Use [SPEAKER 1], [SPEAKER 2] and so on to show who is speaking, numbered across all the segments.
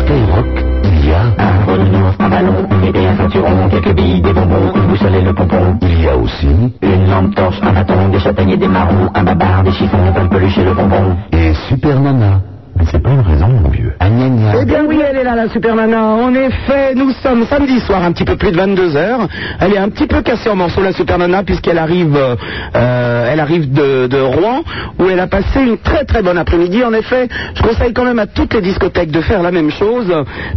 [SPEAKER 1] Skyrock, il y a
[SPEAKER 2] Un renours, un ballon, une idée, un ceinturon, quelques billes, des bonbons, une boussole et le pompon.
[SPEAKER 1] Il y a aussi
[SPEAKER 2] Une lampe torche, un bâton, des châtaigniers, des marrons, un babar, des chiffons, un peluche et le bonbon.
[SPEAKER 1] et Super Nana.
[SPEAKER 2] Mais c'est pas une raison, mon vieux.
[SPEAKER 1] Ah, gna, gna.
[SPEAKER 3] Eh bien oui, elle est là, la Supermana. En effet, nous sommes samedi soir, un petit peu plus de 22 heures. Elle est un petit peu cassée en morceaux, la Supermana, puisqu'elle arrive, euh, euh, elle arrive de, de Rouen, où elle a passé une très très bonne après-midi. En effet, je conseille quand même à toutes les discothèques de faire la même chose,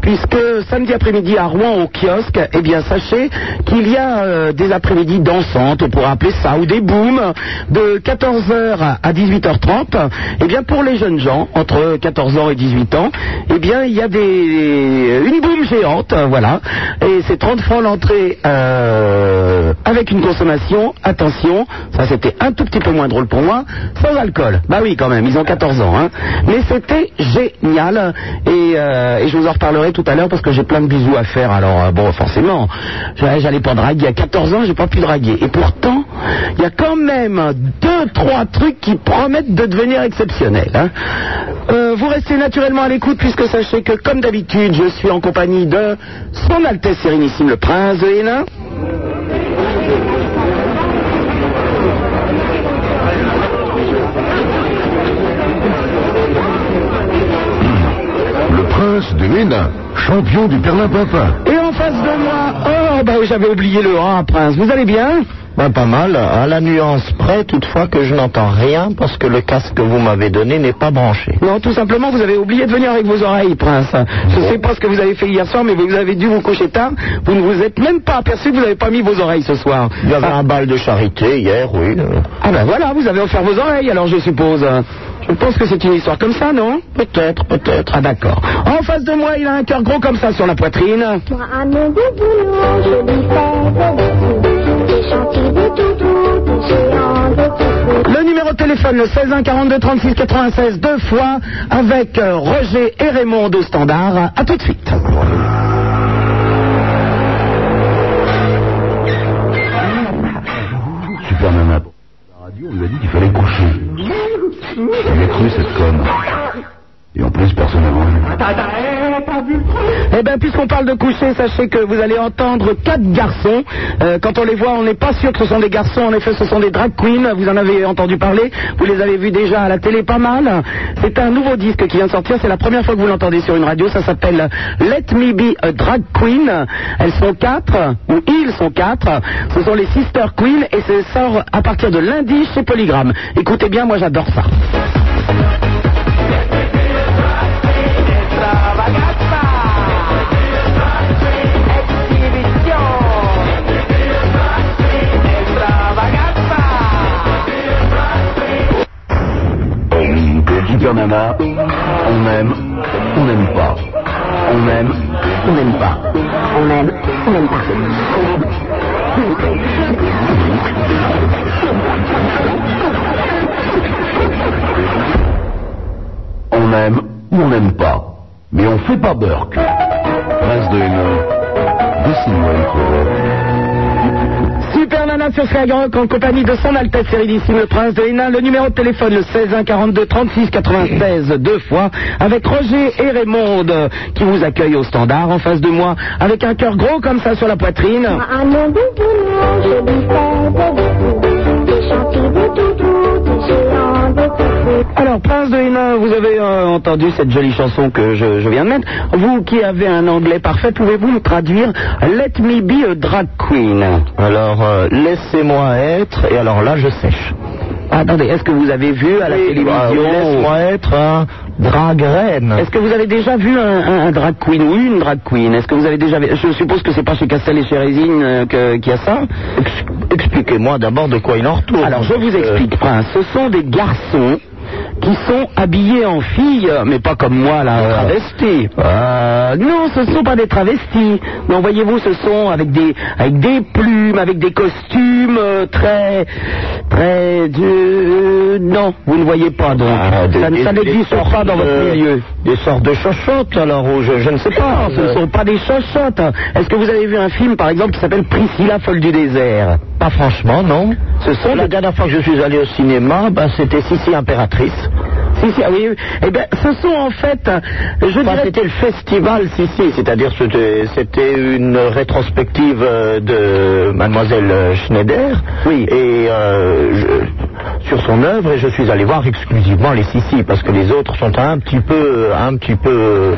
[SPEAKER 3] puisque samedi après-midi à Rouen, au kiosque, eh bien sachez qu'il y a euh, des après-midi dansantes, on pourrait appeler ça, ou des booms, de 14h à 18h30. Eh bien pour les jeunes gens, entre 14 ans et 18 ans, eh bien, il y a des, une boum géante, euh, voilà. Et c'est 30 francs l'entrée euh, avec une consommation. Attention, ça c'était un tout petit peu moins drôle pour moi, sans alcool. Bah oui, quand même, ils ont 14 ans. Hein. Mais c'était génial. Et, euh, et je vous en reparlerai tout à l'heure parce que j'ai plein de bisous à faire. Alors, euh, bon, forcément, j'a- j'allais pas draguer. À 14 ans, j'ai pas pu draguer. Et pourtant, il y a quand même deux, trois trucs qui promettent de devenir exceptionnels. hein. Euh, vous restez naturellement à l'écoute puisque sachez que, comme d'habitude, je suis en compagnie de Son Altesse Sérénissime le Prince de Hénin.
[SPEAKER 1] Le prince de Hénin, champion du Perlin-Papin.
[SPEAKER 3] Et en face de moi, oh, bah oui, j'avais oublié le A, Prince. Vous allez bien
[SPEAKER 4] Bah, pas mal, à la nuance près, toutefois que je n'entends rien parce que le casque que vous m'avez donné n'est pas branché.
[SPEAKER 3] Non, tout simplement, vous avez oublié de venir avec vos oreilles, Prince. Je ne sais pas ce que vous avez fait hier soir, mais vous avez dû vous coucher tard. Vous ne vous êtes même pas aperçu que vous n'avez pas mis vos oreilles ce soir.
[SPEAKER 4] Il y avait un bal de charité hier, oui. euh,
[SPEAKER 3] Ah ben voilà, vous avez offert vos oreilles, alors je suppose. Je pense que c'est une histoire comme ça, non Peut-être, peut-être. Ah d'accord. En face de moi, il a un cœur gros comme ça sur la poitrine.
[SPEAKER 5] Moi, à mon boulot, je lui fais des Des chantiers, des toutous, des géants, des toutous.
[SPEAKER 3] Le numéro de téléphone, le 16 1 42 36 96, deux fois, avec euh, Roger et Raymond au standard. À tout de suite.
[SPEAKER 1] Super Nana. La radio, on lui a dit qu'il fallait coucher. Il a cru cette conne. Et en plus, personne n'a voulu.
[SPEAKER 3] Eh bien, puisqu'on parle de coucher, sachez que vous allez entendre quatre garçons. Euh, quand on les voit, on n'est pas sûr que ce sont des garçons. En effet, ce sont des drag queens. Vous en avez entendu parler. Vous les avez vus déjà à la télé pas mal. C'est un nouveau disque qui vient de sortir. C'est la première fois que vous l'entendez sur une radio. Ça s'appelle Let Me Be a Drag Queen. Elles sont quatre, ou ils sont quatre. Ce sont les Sister Queen et ça sort à partir de lundi chez Polygram. Écoutez bien, moi j'adore ça.
[SPEAKER 1] Super Nana, on aime, on n'aime pas. On aime, on n'aime pas.
[SPEAKER 5] On aime, on aime pas.
[SPEAKER 1] On aime ou on n'aime pas. Mais on fait pas Burke. Prince de Hénin, dessine-moi une couronne.
[SPEAKER 3] Super Nana sur Skyrock en compagnie de son Altesse Sérénissime le Prince de Hénin. Le numéro de téléphone, le 16 1 42 36 96, deux fois, avec Roger et Raymond euh, qui vous accueillent au standard en face de moi, avec un cœur gros comme ça sur la poitrine.
[SPEAKER 5] Moi, à mon boulot, je lui fais des Des chantiers, des toutous, des géants, des toutous.
[SPEAKER 3] Alors, Prince de Hénin, vous avez euh, entendu cette jolie chanson que je, je viens de mettre. Vous qui avez un anglais parfait, pouvez-vous me traduire Let me be a drag queen
[SPEAKER 4] Alors, euh, laissez-moi être, et alors là, je sèche.
[SPEAKER 3] Ah, Attendez, est-ce que vous avez vu à la
[SPEAKER 4] Oui, bah,
[SPEAKER 3] télévision
[SPEAKER 4] laisse-moi être un drag reine.
[SPEAKER 3] Est-ce que vous avez déjà vu un, un- un drag queen ou une drag queen Est-ce que vous avez déjà vu Je suppose que c'est pas chez Castel et chez Résine euh, que- qu'il y a ça.
[SPEAKER 4] Ex- Expliquez-moi d'abord de quoi il en retourne.
[SPEAKER 3] Alors je vous
[SPEAKER 4] Euh,
[SPEAKER 3] explique, Prince. Ce sont des garçons qui sont habillés en filles, euh, mais pas comme moi là,
[SPEAKER 4] Ah.
[SPEAKER 3] travestis. Euh, non, ce ne sont pas des travestis. Non, voyez-vous, ce sont avec des avec des plumes, avec des costumes euh, très très euh, non, vous ne voyez pas donc.
[SPEAKER 4] Ah, des-
[SPEAKER 3] ça ne- ça
[SPEAKER 4] des-
[SPEAKER 3] n'existe
[SPEAKER 4] des
[SPEAKER 3] pas
[SPEAKER 4] sortes
[SPEAKER 3] dans
[SPEAKER 4] de-
[SPEAKER 3] votre milieu.
[SPEAKER 4] Des sortes de chochottes, alors, ou je, je ne sais pas.
[SPEAKER 3] Non, ce ne
[SPEAKER 4] euh,
[SPEAKER 3] sont pas des chaussettes. Est-ce que vous avez vu un film, par exemple, qui s'appelle Priscilla, folle du désert
[SPEAKER 4] Pas franchement, non.
[SPEAKER 3] Ce sont
[SPEAKER 4] La
[SPEAKER 3] des...
[SPEAKER 4] dernière fois que je suis allé au cinéma, ben, c'était Sissi Impératrice. Si, si, ah oui, oui. Eh
[SPEAKER 3] ben,
[SPEAKER 4] bien, ce sont en fait,
[SPEAKER 3] euh,
[SPEAKER 4] je
[SPEAKER 3] Enfin,
[SPEAKER 4] dirais...
[SPEAKER 3] c'était le festival Sissi, c'est-à-dire c'était c'était une rétrospective euh, de Mademoiselle Schneider.
[SPEAKER 4] Oui.
[SPEAKER 3] Et euh, je- sur son œuvre, et je suis allé voir exclusivement les Sissi parce que les autres sont un petit peu, un petit peu. euh,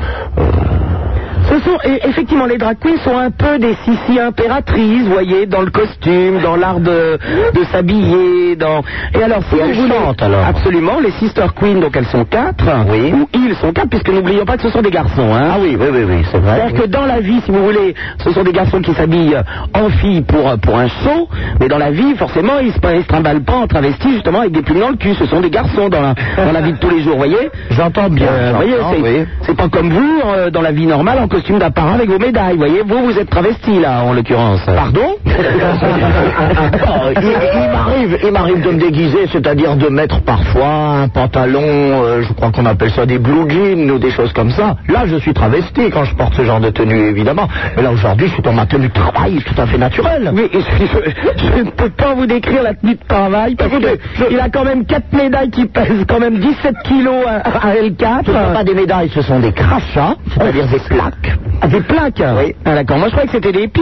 [SPEAKER 4] Ce sont, et- effectivement, les drag queens sont un peu des sissi impératrices, vous voyez, dans le costume, dans l'art de, de s'habiller, dans... Et alors, si
[SPEAKER 3] Et
[SPEAKER 4] on
[SPEAKER 3] elles
[SPEAKER 4] voulait-
[SPEAKER 3] chantent, alors.
[SPEAKER 4] Absolument, les sister queens, donc elles sont quatre,
[SPEAKER 3] Oui.
[SPEAKER 4] ou ils sont quatre, puisque n'oublions pas que ce sont des garçons, hein.
[SPEAKER 3] Ah oui, oui, oui, oui, c'est vrai.
[SPEAKER 4] C'est-à-dire que dans la vie, si vous voulez, ce sont des garçons qui s'habillent en filles pour, euh, pour un show, mais dans la vie, forcément, ils se, ils se trimballent pas en travesti, justement, avec des plumes dans le cul. Ce sont des garçons dans la, dans la vie de tous les jours, vous voyez
[SPEAKER 3] J'entends bien.
[SPEAKER 4] Euh, vous voyez,
[SPEAKER 3] j'entends,
[SPEAKER 4] c'est
[SPEAKER 3] oui.
[SPEAKER 4] c'est pas comme vous, euh, dans la vie normale, en costume d'apparat avec vos médailles, vous voyez Vous, vous êtes travesti, là, Ah, en l'occurrence. Pardon
[SPEAKER 3] Ah, il il m'arrive, il m'arrive de me déguiser, c'est-à-dire de mettre parfois un pantalon, euh, je crois qu'on appelle ça des blue jeans ou des choses comme ça. Là, je suis travesti quand je porte ce genre de tenue, évidemment. Mais là, aujourd'hui, je suis dans ma tenue de travail tout à fait naturelle.
[SPEAKER 4] Oui, je, je- je ne peux pas vous décrire la tenue de travail parce
[SPEAKER 3] Écoutez,
[SPEAKER 4] que il a quand même quatre médailles qui pèsent quand même 17 kilos à, à L4.
[SPEAKER 3] Ce ne sont pas des médailles, ce sont des crachats, c'est-à-dire des plaques.
[SPEAKER 4] Ah, des plaques
[SPEAKER 3] Oui.
[SPEAKER 4] Ah, d'accord. Moi, je croyais que c'était des pins.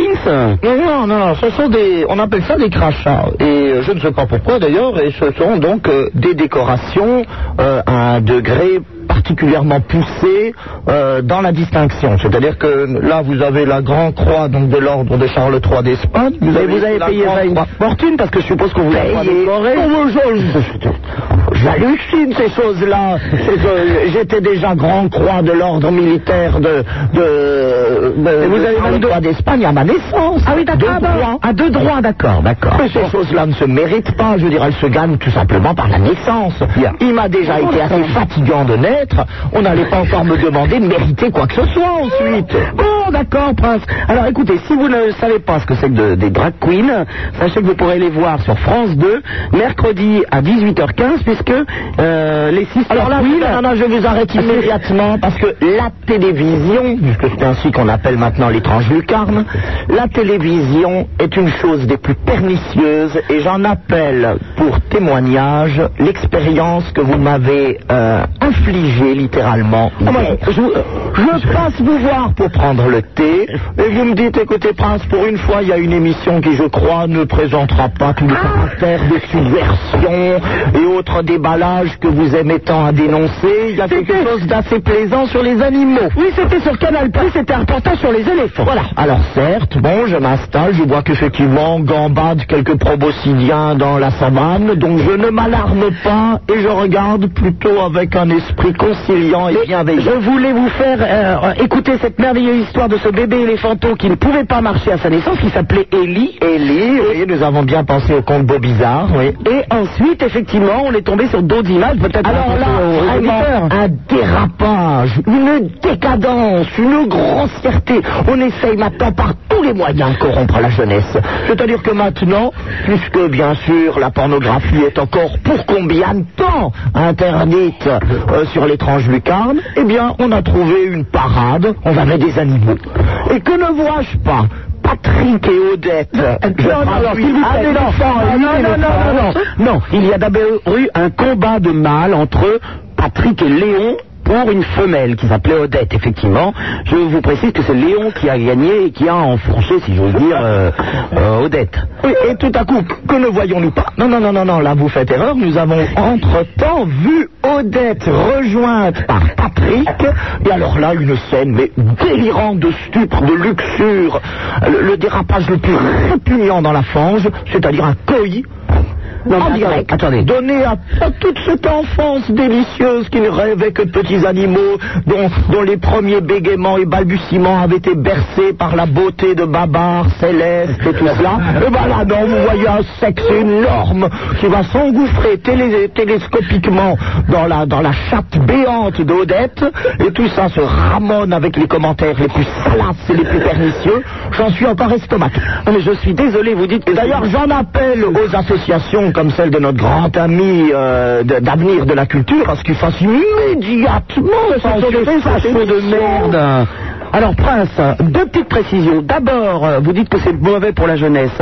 [SPEAKER 3] Non, non, non, non, ce sont des, on appelle ça des crachats. Et euh, je ne sais pas pourquoi d'ailleurs, et ce sont donc euh, des décorations euh, à un degré particulièrement poussé euh, dans la distinction. C'est-à-dire que là, vous avez la Grand Croix donc de l'ordre de Charles III d'Espagne. Vous
[SPEAKER 4] Mais vous avez
[SPEAKER 3] la
[SPEAKER 4] payé
[SPEAKER 3] Grand
[SPEAKER 4] ça une
[SPEAKER 3] Croix
[SPEAKER 4] fortune parce que je suppose qu'on vous a pas
[SPEAKER 3] payée.
[SPEAKER 4] décoré.
[SPEAKER 3] Oh, mais je- J'hallucine ces choses-là. C'est, euh, J'étais déjà Grand Croix de l'ordre militaire de, de, de-
[SPEAKER 4] Et vous
[SPEAKER 3] de
[SPEAKER 4] avez
[SPEAKER 3] Charles
[SPEAKER 4] même de-
[SPEAKER 3] III d'Espagne à ma naissance.
[SPEAKER 4] Ah oui, d'accord.
[SPEAKER 3] Deux
[SPEAKER 4] ah, bah,
[SPEAKER 3] croix.
[SPEAKER 4] ah, deux droits, d'accord, d'accord.
[SPEAKER 3] Mais ces choses-là ne se méritent pas, je veux dire, elles se gagnent tout simplement par la naissance.
[SPEAKER 4] Bien.
[SPEAKER 3] Il m'a déjà été assez fatigant de naître, on n'allait pas encore me demander de mériter quoi que ce soit ensuite.
[SPEAKER 4] Bon, d'accord, Prince. Alors écoutez, si vous ne savez pas ce que c'est que de- des drag queens, sachez que vous pourrez les voir sur France 2, mercredi à 18h15, puisque euh, les six
[SPEAKER 3] Alors là,
[SPEAKER 4] queens...
[SPEAKER 3] non, non, je vous arrête immédiatement parce que la télévision, puisque c'est ainsi qu'on appelle maintenant l'étrange lucarne, la télévision est une chose des plus pernicieuses et j'en appelle pour témoignage l'expérience que vous m'avez euh, infligée littéralement.
[SPEAKER 4] Ah, moi, je- je-
[SPEAKER 3] Je passe vous voir pour prendre le thé et vous me dites, écoutez Prince, pour une fois, il y a une émission qui, je crois, ne présentera pas tous les
[SPEAKER 4] Ah
[SPEAKER 3] caractères de subversion et autres déballages que vous aimez tant à dénoncer. Il y a quelque chose d'assez plaisant sur les animaux.
[SPEAKER 4] Oui, c'était sur Canal+, c'était un reportage sur les éléphants.
[SPEAKER 3] Voilà, alors certes, bon, je m'installe, je vois qu'effectivement gambade quelques proboscidiens dans la savane, donc je ne m'alarme pas et je regarde plutôt avec un esprit conciliant et bienveillant.
[SPEAKER 4] Je voulais vous faire euh, écouter cette merveilleuse histoire de ce bébé éléphanteau qui ne pouvait pas marcher à sa naissance, qui s'appelait Ellie.
[SPEAKER 3] Ellie, oui, nous avons bien pensé au combo bizarre, oui.
[SPEAKER 4] Et ensuite, effectivement, on est tombé sur d'autres images, peut-être
[SPEAKER 3] Alors
[SPEAKER 4] un peu
[SPEAKER 3] là,
[SPEAKER 4] aux
[SPEAKER 3] vraiment,
[SPEAKER 4] auditeurs.
[SPEAKER 3] un dérapage, une décadence, une grossièreté. On essaye maintenant par tous les moyens de corrompre la jeunesse. C'est-à-dire que maintenant, puisque bien sûr la pornographie est encore pour combien de temps interdite euh, sur l'étrange lucarne, eh bien on a trouvé une parade, on va mettre des animaux. Et que ne vois-je pas Patrick et Odette. Je
[SPEAKER 4] Non, non, Eh alors,
[SPEAKER 3] traduis
[SPEAKER 4] s'il vous plaît,
[SPEAKER 3] un éléphant et une
[SPEAKER 4] non, non, non, non, non,
[SPEAKER 3] éléphante.
[SPEAKER 4] non. Non, il y a d'abord eu un combat de mâle entre Patrick et Léon pour une femelle qui s'appelait Odette, effectivement. Je vous précise que c'est Léon qui a gagné et qui a enfourché, si j'ose dire, euh, euh, Odette.
[SPEAKER 3] Oui, et tout à coup, que ne voyons-nous pas Non, non, non, non, non, là vous faites erreur. Nous avons entre-temps vu Odette rejointe par Patrick. Et alors là, une scène, mais délirante de stupre, de luxure. Le, le dérapage le plus répugnant dans la fange, c'est-à-dire un coï.
[SPEAKER 4] Non, mais
[SPEAKER 3] en
[SPEAKER 4] attendez,
[SPEAKER 3] direct,
[SPEAKER 4] attendez.
[SPEAKER 3] donné à, à toute cette enfance délicieuse qui ne rêvait que de petits animaux dont, dont les premiers bégaiements et balbutiements avaient été bercés par la beauté de Babar, Céleste et tout cela, et ben là non, vous voyez un sexe énorme qui va s'engouffrer télé- télescopiquement dans la, dans la chatte béante d'Odette, et tout ça se ramone avec les commentaires les plus salaces et les plus pernicieux, j'en suis encore estomaqué.
[SPEAKER 4] Non, mais je suis désolé, vous dites que...
[SPEAKER 3] Et d'ailleurs, j'en appelle aux associations comme celle de notre grand ami euh, de- d'avenir de la culture à ce qu'ils fassent immédiatement
[SPEAKER 4] ce sont des
[SPEAKER 3] censurer
[SPEAKER 4] fachos
[SPEAKER 3] cette
[SPEAKER 4] de
[SPEAKER 3] émission.
[SPEAKER 4] merde.
[SPEAKER 3] Alors, Prince, deux petites précisions. D'abord, euh, vous dites que c'est mauvais pour la jeunesse.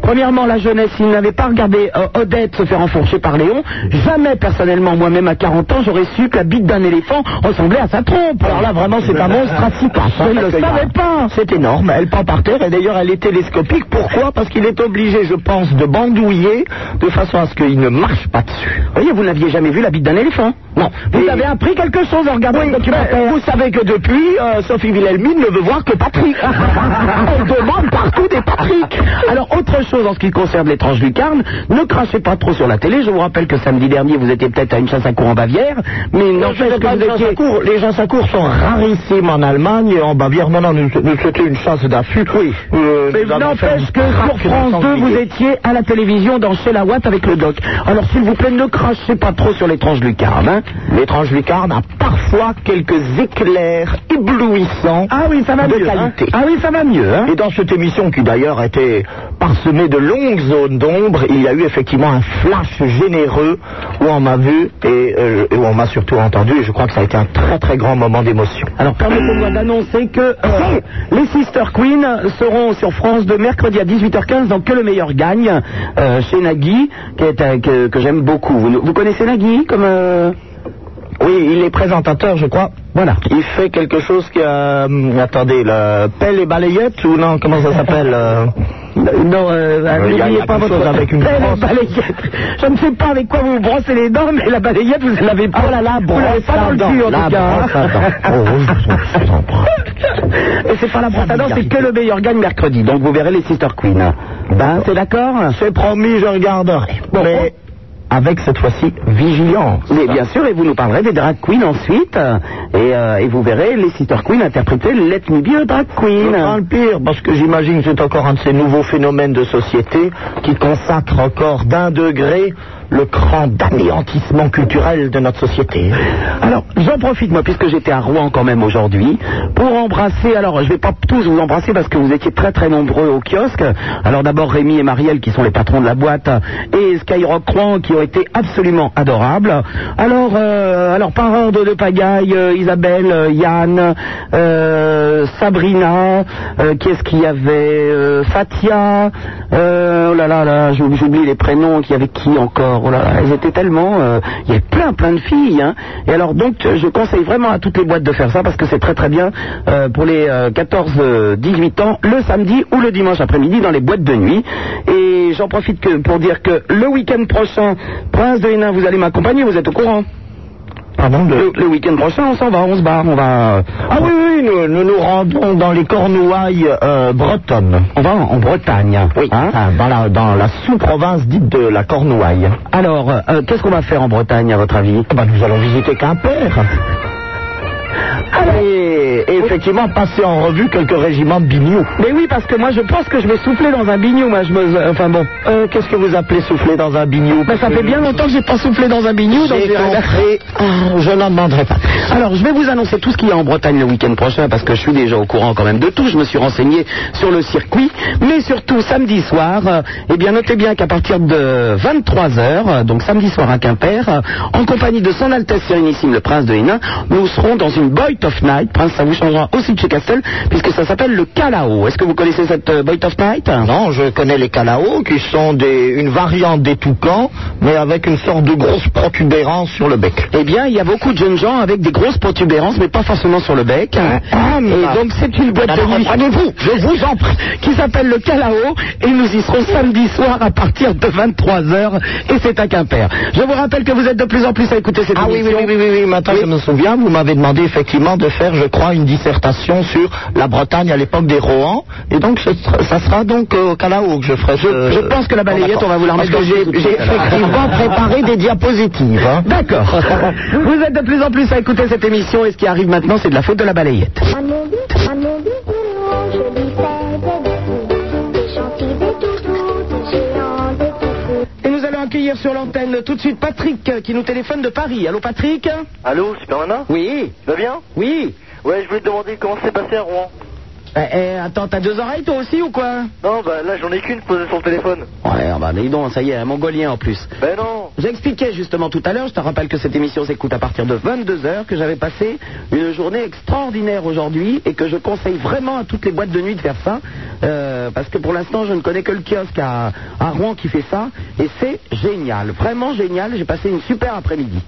[SPEAKER 3] Premièrement, la jeunesse, s'il n'avait pas regardé euh, Odette se faire enfourcher par Léon, jamais, personnellement, moi-même, à 40 ans, j'aurais su que la bite d'un éléphant ressemblait à sa trompe. Alors là, vraiment, c'est un monstre à six pattes. hein, Je ne le savais pas.
[SPEAKER 4] C'est énorme, elle prend par terre et d'ailleurs elle est télescopique. Pourquoi Parce qu'il est obligé, je pense, de bandouiller de façon à ce qu'il ne marche pas dessus.
[SPEAKER 3] Vous voyez, vous n'aviez jamais vu la bite d'un éléphant.
[SPEAKER 4] Non.
[SPEAKER 3] Vous
[SPEAKER 4] Et-
[SPEAKER 3] avez appris quelque chose en regardant
[SPEAKER 4] Oui,
[SPEAKER 3] le documentaire.
[SPEAKER 4] ben, vous savez que depuis, euh, Sophie Wilhelmine ne veut voir que Patrick. On demande partout des Patrick.
[SPEAKER 3] Alors, autre chose en ce qui concerne l'étrange lucarne, ne crachez pas trop sur la télé. Je vous rappelle que samedi dernier, vous étiez peut-être à une chasse à cours en Bavière, mais
[SPEAKER 4] Non,
[SPEAKER 3] n'empêche
[SPEAKER 4] c'est
[SPEAKER 3] que
[SPEAKER 4] pas
[SPEAKER 3] vous
[SPEAKER 4] une chasse à
[SPEAKER 3] étiez...
[SPEAKER 4] courre. Les chasses à cours sont rarissimes en Allemagne et en Bavière. Non, non, nous- nous- c'était une chasse d'affût. Euh, Oui.
[SPEAKER 3] Mais n'empêche que sur France 2, vous étiez à la télévision dans Chez la Watt avec le doc. Alors, s'il vous plaît, ne crachez pas trop sur l'étrange lucarne. hein.
[SPEAKER 4] L'étrange lucarne a parfois quelques éclairs éblouissants.
[SPEAKER 3] Ah oui, ça va
[SPEAKER 4] De
[SPEAKER 3] mieux. hein.
[SPEAKER 4] qualité.
[SPEAKER 3] Ah oui, ça va mieux. hein.
[SPEAKER 4] Et dans cette émission, qui d'ailleurs était parsemée de longues zones d'ombre, il y a eu effectivement un flash généreux où on m'a vu et, euh, et où on m'a surtout entendu. Et je crois que ça a été un très très grand moment d'émotion. Ah,
[SPEAKER 3] Alors permettez-moi d'annoncer que euh, les Sister Queen seront sur France de mercredi à 18h15 dans Que le meilleur gagne euh, chez Nagui, qui est, un- que, que j'aime beaucoup. Vous, vous connaissez Nagui comme euh,
[SPEAKER 4] Oui, il est présentateur, je crois.
[SPEAKER 3] voilà.
[SPEAKER 4] Il fait quelque chose qui... euh, attendez, le pelle et balayette ou non Comment ça s'appelle euh,
[SPEAKER 3] Non, euh,
[SPEAKER 4] il y a- il y
[SPEAKER 3] n'oubliez
[SPEAKER 4] a
[SPEAKER 3] pas
[SPEAKER 4] quelque
[SPEAKER 3] votre
[SPEAKER 4] chose avec une
[SPEAKER 3] Eh, la
[SPEAKER 4] brosse.
[SPEAKER 3] balayette. Je ne sais pas avec quoi vous vous brossez les dents, mais la balayette vous ne l'avez pas.
[SPEAKER 4] Oh là là,
[SPEAKER 3] vous l'avez
[SPEAKER 4] brosse
[SPEAKER 3] pas dans le
[SPEAKER 4] à
[SPEAKER 3] cul en
[SPEAKER 4] dents, la
[SPEAKER 3] tout cas. hein.
[SPEAKER 4] brosse à dents. Oh, je vous en prie.
[SPEAKER 3] Et c'est pas la
[SPEAKER 4] Ah,
[SPEAKER 3] brosse à dents, c'est que le meilleur gagne mercredi. Donc vous verrez les Sister Queen. Ben, c'est d'accord.
[SPEAKER 4] C'est promis, je regarderai.
[SPEAKER 3] Bon.
[SPEAKER 4] Mais avec cette fois-ci vigilance.
[SPEAKER 3] Mais bien sûr, et vous nous parlerez des drag queens ensuite, euh, et, euh, et vous verrez les sister queens interpréter Let Me Be a Drag
[SPEAKER 4] Je crains le
[SPEAKER 3] Queen.
[SPEAKER 4] pire, parce que j'imagine que c'est encore un de ces nouveaux phénomènes de société qui consacre encore d'un degré le cran d'anéantissement culturel de notre société.
[SPEAKER 3] Alors, j'en profite, moi, puisque j'étais à Rouen quand même aujourd'hui, pour embrasser, alors je vais pas tous vous embrasser parce que vous étiez très très nombreux au kiosque. Alors d'abord Rémi et Marielle qui sont les patrons de la boîte, et Skyrock Rouen qui ont été absolument adorables. Alors, euh, alors par ordre de pagaille, euh, Isabelle, euh, Yann, euh, Sabrina, euh, qu'est-ce qu'il y avait euh, Fatia, euh, oh là là là, j'ou- j'oublie les prénoms, qu'il y avait qui encore Oh là là, elles étaient tellement, euh, il y avait plein plein de filles. hein. Et alors donc, je conseille vraiment à toutes les boîtes de faire ça parce que c'est très très bien euh, pour les 14-18 ans, le samedi ou le dimanche après-midi dans les boîtes de nuit. Et j'en profite que- pour dire que le week-end prochain, Prince de Hénin, vous allez m'accompagner, vous êtes au courant
[SPEAKER 4] Pardon
[SPEAKER 3] le, le week-end prochain, on s'en va, on se barre, on va,
[SPEAKER 4] Ah oui, oui, nous nous, nous rendons dans les Cornouailles euh, bretonnes.
[SPEAKER 3] on va en en Bretagne. hein.
[SPEAKER 4] Enfin, dans la, dans la sous-province dite de la Cornouaille.
[SPEAKER 3] Alors, euh, qu'est-ce qu'on va faire en Bretagne, à votre avis
[SPEAKER 4] Eh ben, nous allons visiter Quimper.
[SPEAKER 3] Ah
[SPEAKER 4] Et, et effectivement passer en revue quelques régiments de biniou.
[SPEAKER 3] Mais oui, parce que moi, je pense que je vais souffler dans un bignou, moi, je me... Enfin bon.
[SPEAKER 4] Euh, Qu'est-ce que vous appelez souffler dans un biniou
[SPEAKER 3] Ben, ça fait bien longtemps que j'ai pas soufflé dans un bignou, donc
[SPEAKER 4] J'ai
[SPEAKER 3] j'ai-
[SPEAKER 4] compris.
[SPEAKER 3] euh,
[SPEAKER 4] Ah, Je n'en demanderai pas.
[SPEAKER 3] Alors, je vais vous annoncer tout ce qu'il y a en Bretagne le week-end prochain, parce que je suis déjà au courant quand même de tout. Je me suis renseigné sur le circuit. Mais surtout, samedi soir, euh, eh bien, notez bien qu'à partir de 23h, donc samedi soir à Quimper, euh, en compagnie de Son Altesse Sérénissime, le Prince de Hénin, nous serons dans une Boit of Night. Prince, ça vous changera aussi de chez Castel, puisque ça s'appelle le Calao. Est-ce que vous connaissez cette euh, Boit of Night
[SPEAKER 4] Non, je connais les calaos qui sont des, une variante des toucans, mais avec une sorte de grosse protubérance sur le bec.
[SPEAKER 3] Eh bien, il y a beaucoup de jeunes gens avec des grosses protubérances, mais pas forcément sur le bec.
[SPEAKER 4] ah, mais-
[SPEAKER 3] et donc, c'est une boîte
[SPEAKER 4] Alors,
[SPEAKER 3] de nuit.
[SPEAKER 4] reprenez-vous,
[SPEAKER 3] je vous en prie. Qui s'appelle le Calao, et nous y serons samedi soir à partir de 23h, et c'est à Quimper. Je vous rappelle que vous êtes de plus en plus à écouter cette
[SPEAKER 4] Ah oui, oui,
[SPEAKER 3] émission.
[SPEAKER 4] oui, oui, oui, oui, maintenant je me souviens, vous m'avez demandé effectivement de faire, je crois, une dissertation sur la Bretagne à l'époque des Rohan, et donc ce sera- ça sera donc euh, au Calao que je ferai. ce-
[SPEAKER 3] je pense que la balayette,
[SPEAKER 4] Bon, Euh, d'accord.
[SPEAKER 3] on va vous la remettre
[SPEAKER 4] Parce que
[SPEAKER 3] dans le
[SPEAKER 4] j'ai
[SPEAKER 3] cul.
[SPEAKER 4] j'ai effectivement préparé des diapositives. hein.
[SPEAKER 3] D'accord. vous êtes de plus en plus à écouter cette émission, et ce qui arrive maintenant, c'est de la faute de la balayette.
[SPEAKER 5] Un movie, un movie, une jolie fête de fous, des gentils, des toutous, des géants, des toutous.
[SPEAKER 3] Et nous allons accueillir sur l'antenne tout de suite Patrick, euh, qui nous téléphone de Paris. Allô, Patrick
[SPEAKER 6] Allô, Supermana
[SPEAKER 3] Oui,
[SPEAKER 6] Tu vas bien
[SPEAKER 3] oui.
[SPEAKER 6] Ouais, je voulais te demander comment c'est passé à Rouen.
[SPEAKER 3] Eh, eh, attends, t'as deux oreilles toi aussi ou quoi
[SPEAKER 6] Non, bah là j'en ai qu'une posée sur le téléphone.
[SPEAKER 3] Ouais, bah dis donc, ça y est, un mongolien en plus.
[SPEAKER 6] Ben non
[SPEAKER 3] J'expliquais justement tout à l'heure, je te rappelle que cette émission s'écoute à partir de 22h, que j'avais passé une journée extraordinaire aujourd'hui et que je conseille vraiment à toutes les boîtes de nuit de faire ça, euh, parce que pour l'instant je ne connais que le kiosque à, à Rouen qui fait ça, et c'est génial, vraiment génial, j'ai passé une super après-midi.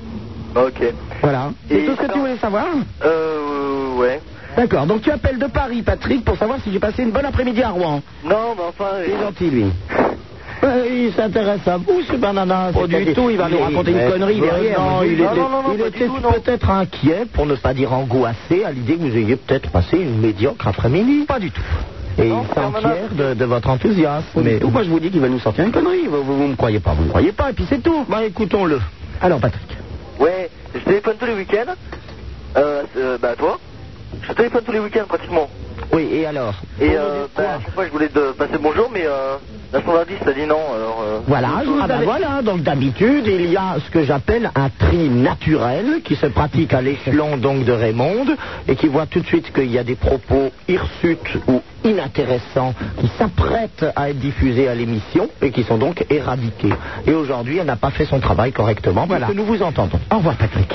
[SPEAKER 6] Bah, Ok.
[SPEAKER 3] Voilà. C'est
[SPEAKER 6] Et
[SPEAKER 3] tout ce que
[SPEAKER 6] ça-
[SPEAKER 3] tu voulais savoir
[SPEAKER 6] Euh, ouais.
[SPEAKER 3] D'accord, donc tu appelles de Paris, Patrick, pour savoir si j'ai passé une bonne après-midi à Rouen.
[SPEAKER 6] Non, mais enfin. euh,
[SPEAKER 3] Il est gentil, lui.
[SPEAKER 4] Il s'intéresse à vous, ce banana.
[SPEAKER 3] Pas du tout, il va nous raconter une connerie derrière.
[SPEAKER 4] Non, il
[SPEAKER 6] Non,
[SPEAKER 4] était,
[SPEAKER 6] non, non, non,
[SPEAKER 4] il
[SPEAKER 6] pas
[SPEAKER 4] était
[SPEAKER 6] du tout, non.
[SPEAKER 4] peut-être inquiet, pour ne pas dire angoissé, à l'idée que vous ayez peut-être passé une médiocre après-midi. Pas du tout. Et
[SPEAKER 6] Non,
[SPEAKER 4] il
[SPEAKER 6] Superman,
[SPEAKER 4] s'enquiert de, de votre enthousiasme.
[SPEAKER 3] Mais moi je vous dis qu'il va nous sortir une connerie, vous, vous, vous me croyez pas, vous me croyez pas, et puis c'est tout.
[SPEAKER 4] Bah, écoutons-le.
[SPEAKER 3] Alors Patrick.
[SPEAKER 6] Ouais, je téléphone tous les week-ends. Euh, euh, bah, toi. Je téléphone tous les week-ends pratiquement.
[SPEAKER 4] Oui, et alors
[SPEAKER 6] Et euh, bah, à chaque fois, je voulais te passer le bonjour, mais euh, la standardiste a dit non, alors. Euh...
[SPEAKER 4] Voilà, je vous
[SPEAKER 3] Ah ben
[SPEAKER 4] avais- voilà, donc d'habitude, il y a ce que j'appelle un tri naturel qui se pratique à l'échelon donc de Raymond et qui voit tout de suite qu'il y a des propos hirsutes ou inintéressants qui s'apprêtent à être diffusés à l'émission et qui sont donc éradiqués. Et aujourd'hui, elle n'a pas fait son travail correctement, voilà. nous vous entendons.
[SPEAKER 3] Au revoir Patrick.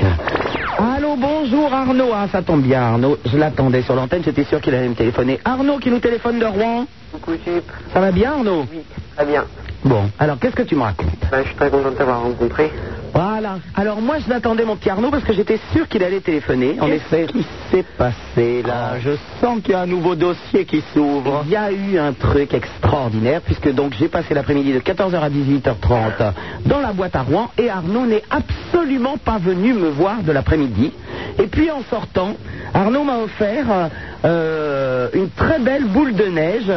[SPEAKER 3] Allô, bonjour Arnaud. Ah, ça tombe bien Arnaud. Je l'attendais sur l'antenne, j'étais sûr qu'il allait me téléphoner. Arnaud qui nous téléphone de Rouen.
[SPEAKER 7] Coucou Chip.
[SPEAKER 3] Ça va bien Arnaud
[SPEAKER 7] Oui, très bien.
[SPEAKER 3] Bon, alors qu'est-ce que tu me racontes
[SPEAKER 7] Bah, je suis très content de t'avoir rencontré.
[SPEAKER 3] Voilà. Alors moi je l'attendais mon petit Arnaud parce que j'étais sûr qu'il allait téléphoner. En effet, Ah,
[SPEAKER 4] Qu'est-ce qui s'est passé là Je sens qu'il y a un nouveau dossier qui s'ouvre.
[SPEAKER 3] Il y a eu un truc extraordinaire puisque donc j'ai passé l'après-midi de 14h à 18h30 dans la boîte à Rouen et Arnaud n'est absolument pas venu me voir de l'après-midi. Et puis en sortant, Arnaud m'a offert euh, euh, une très belle boule de neige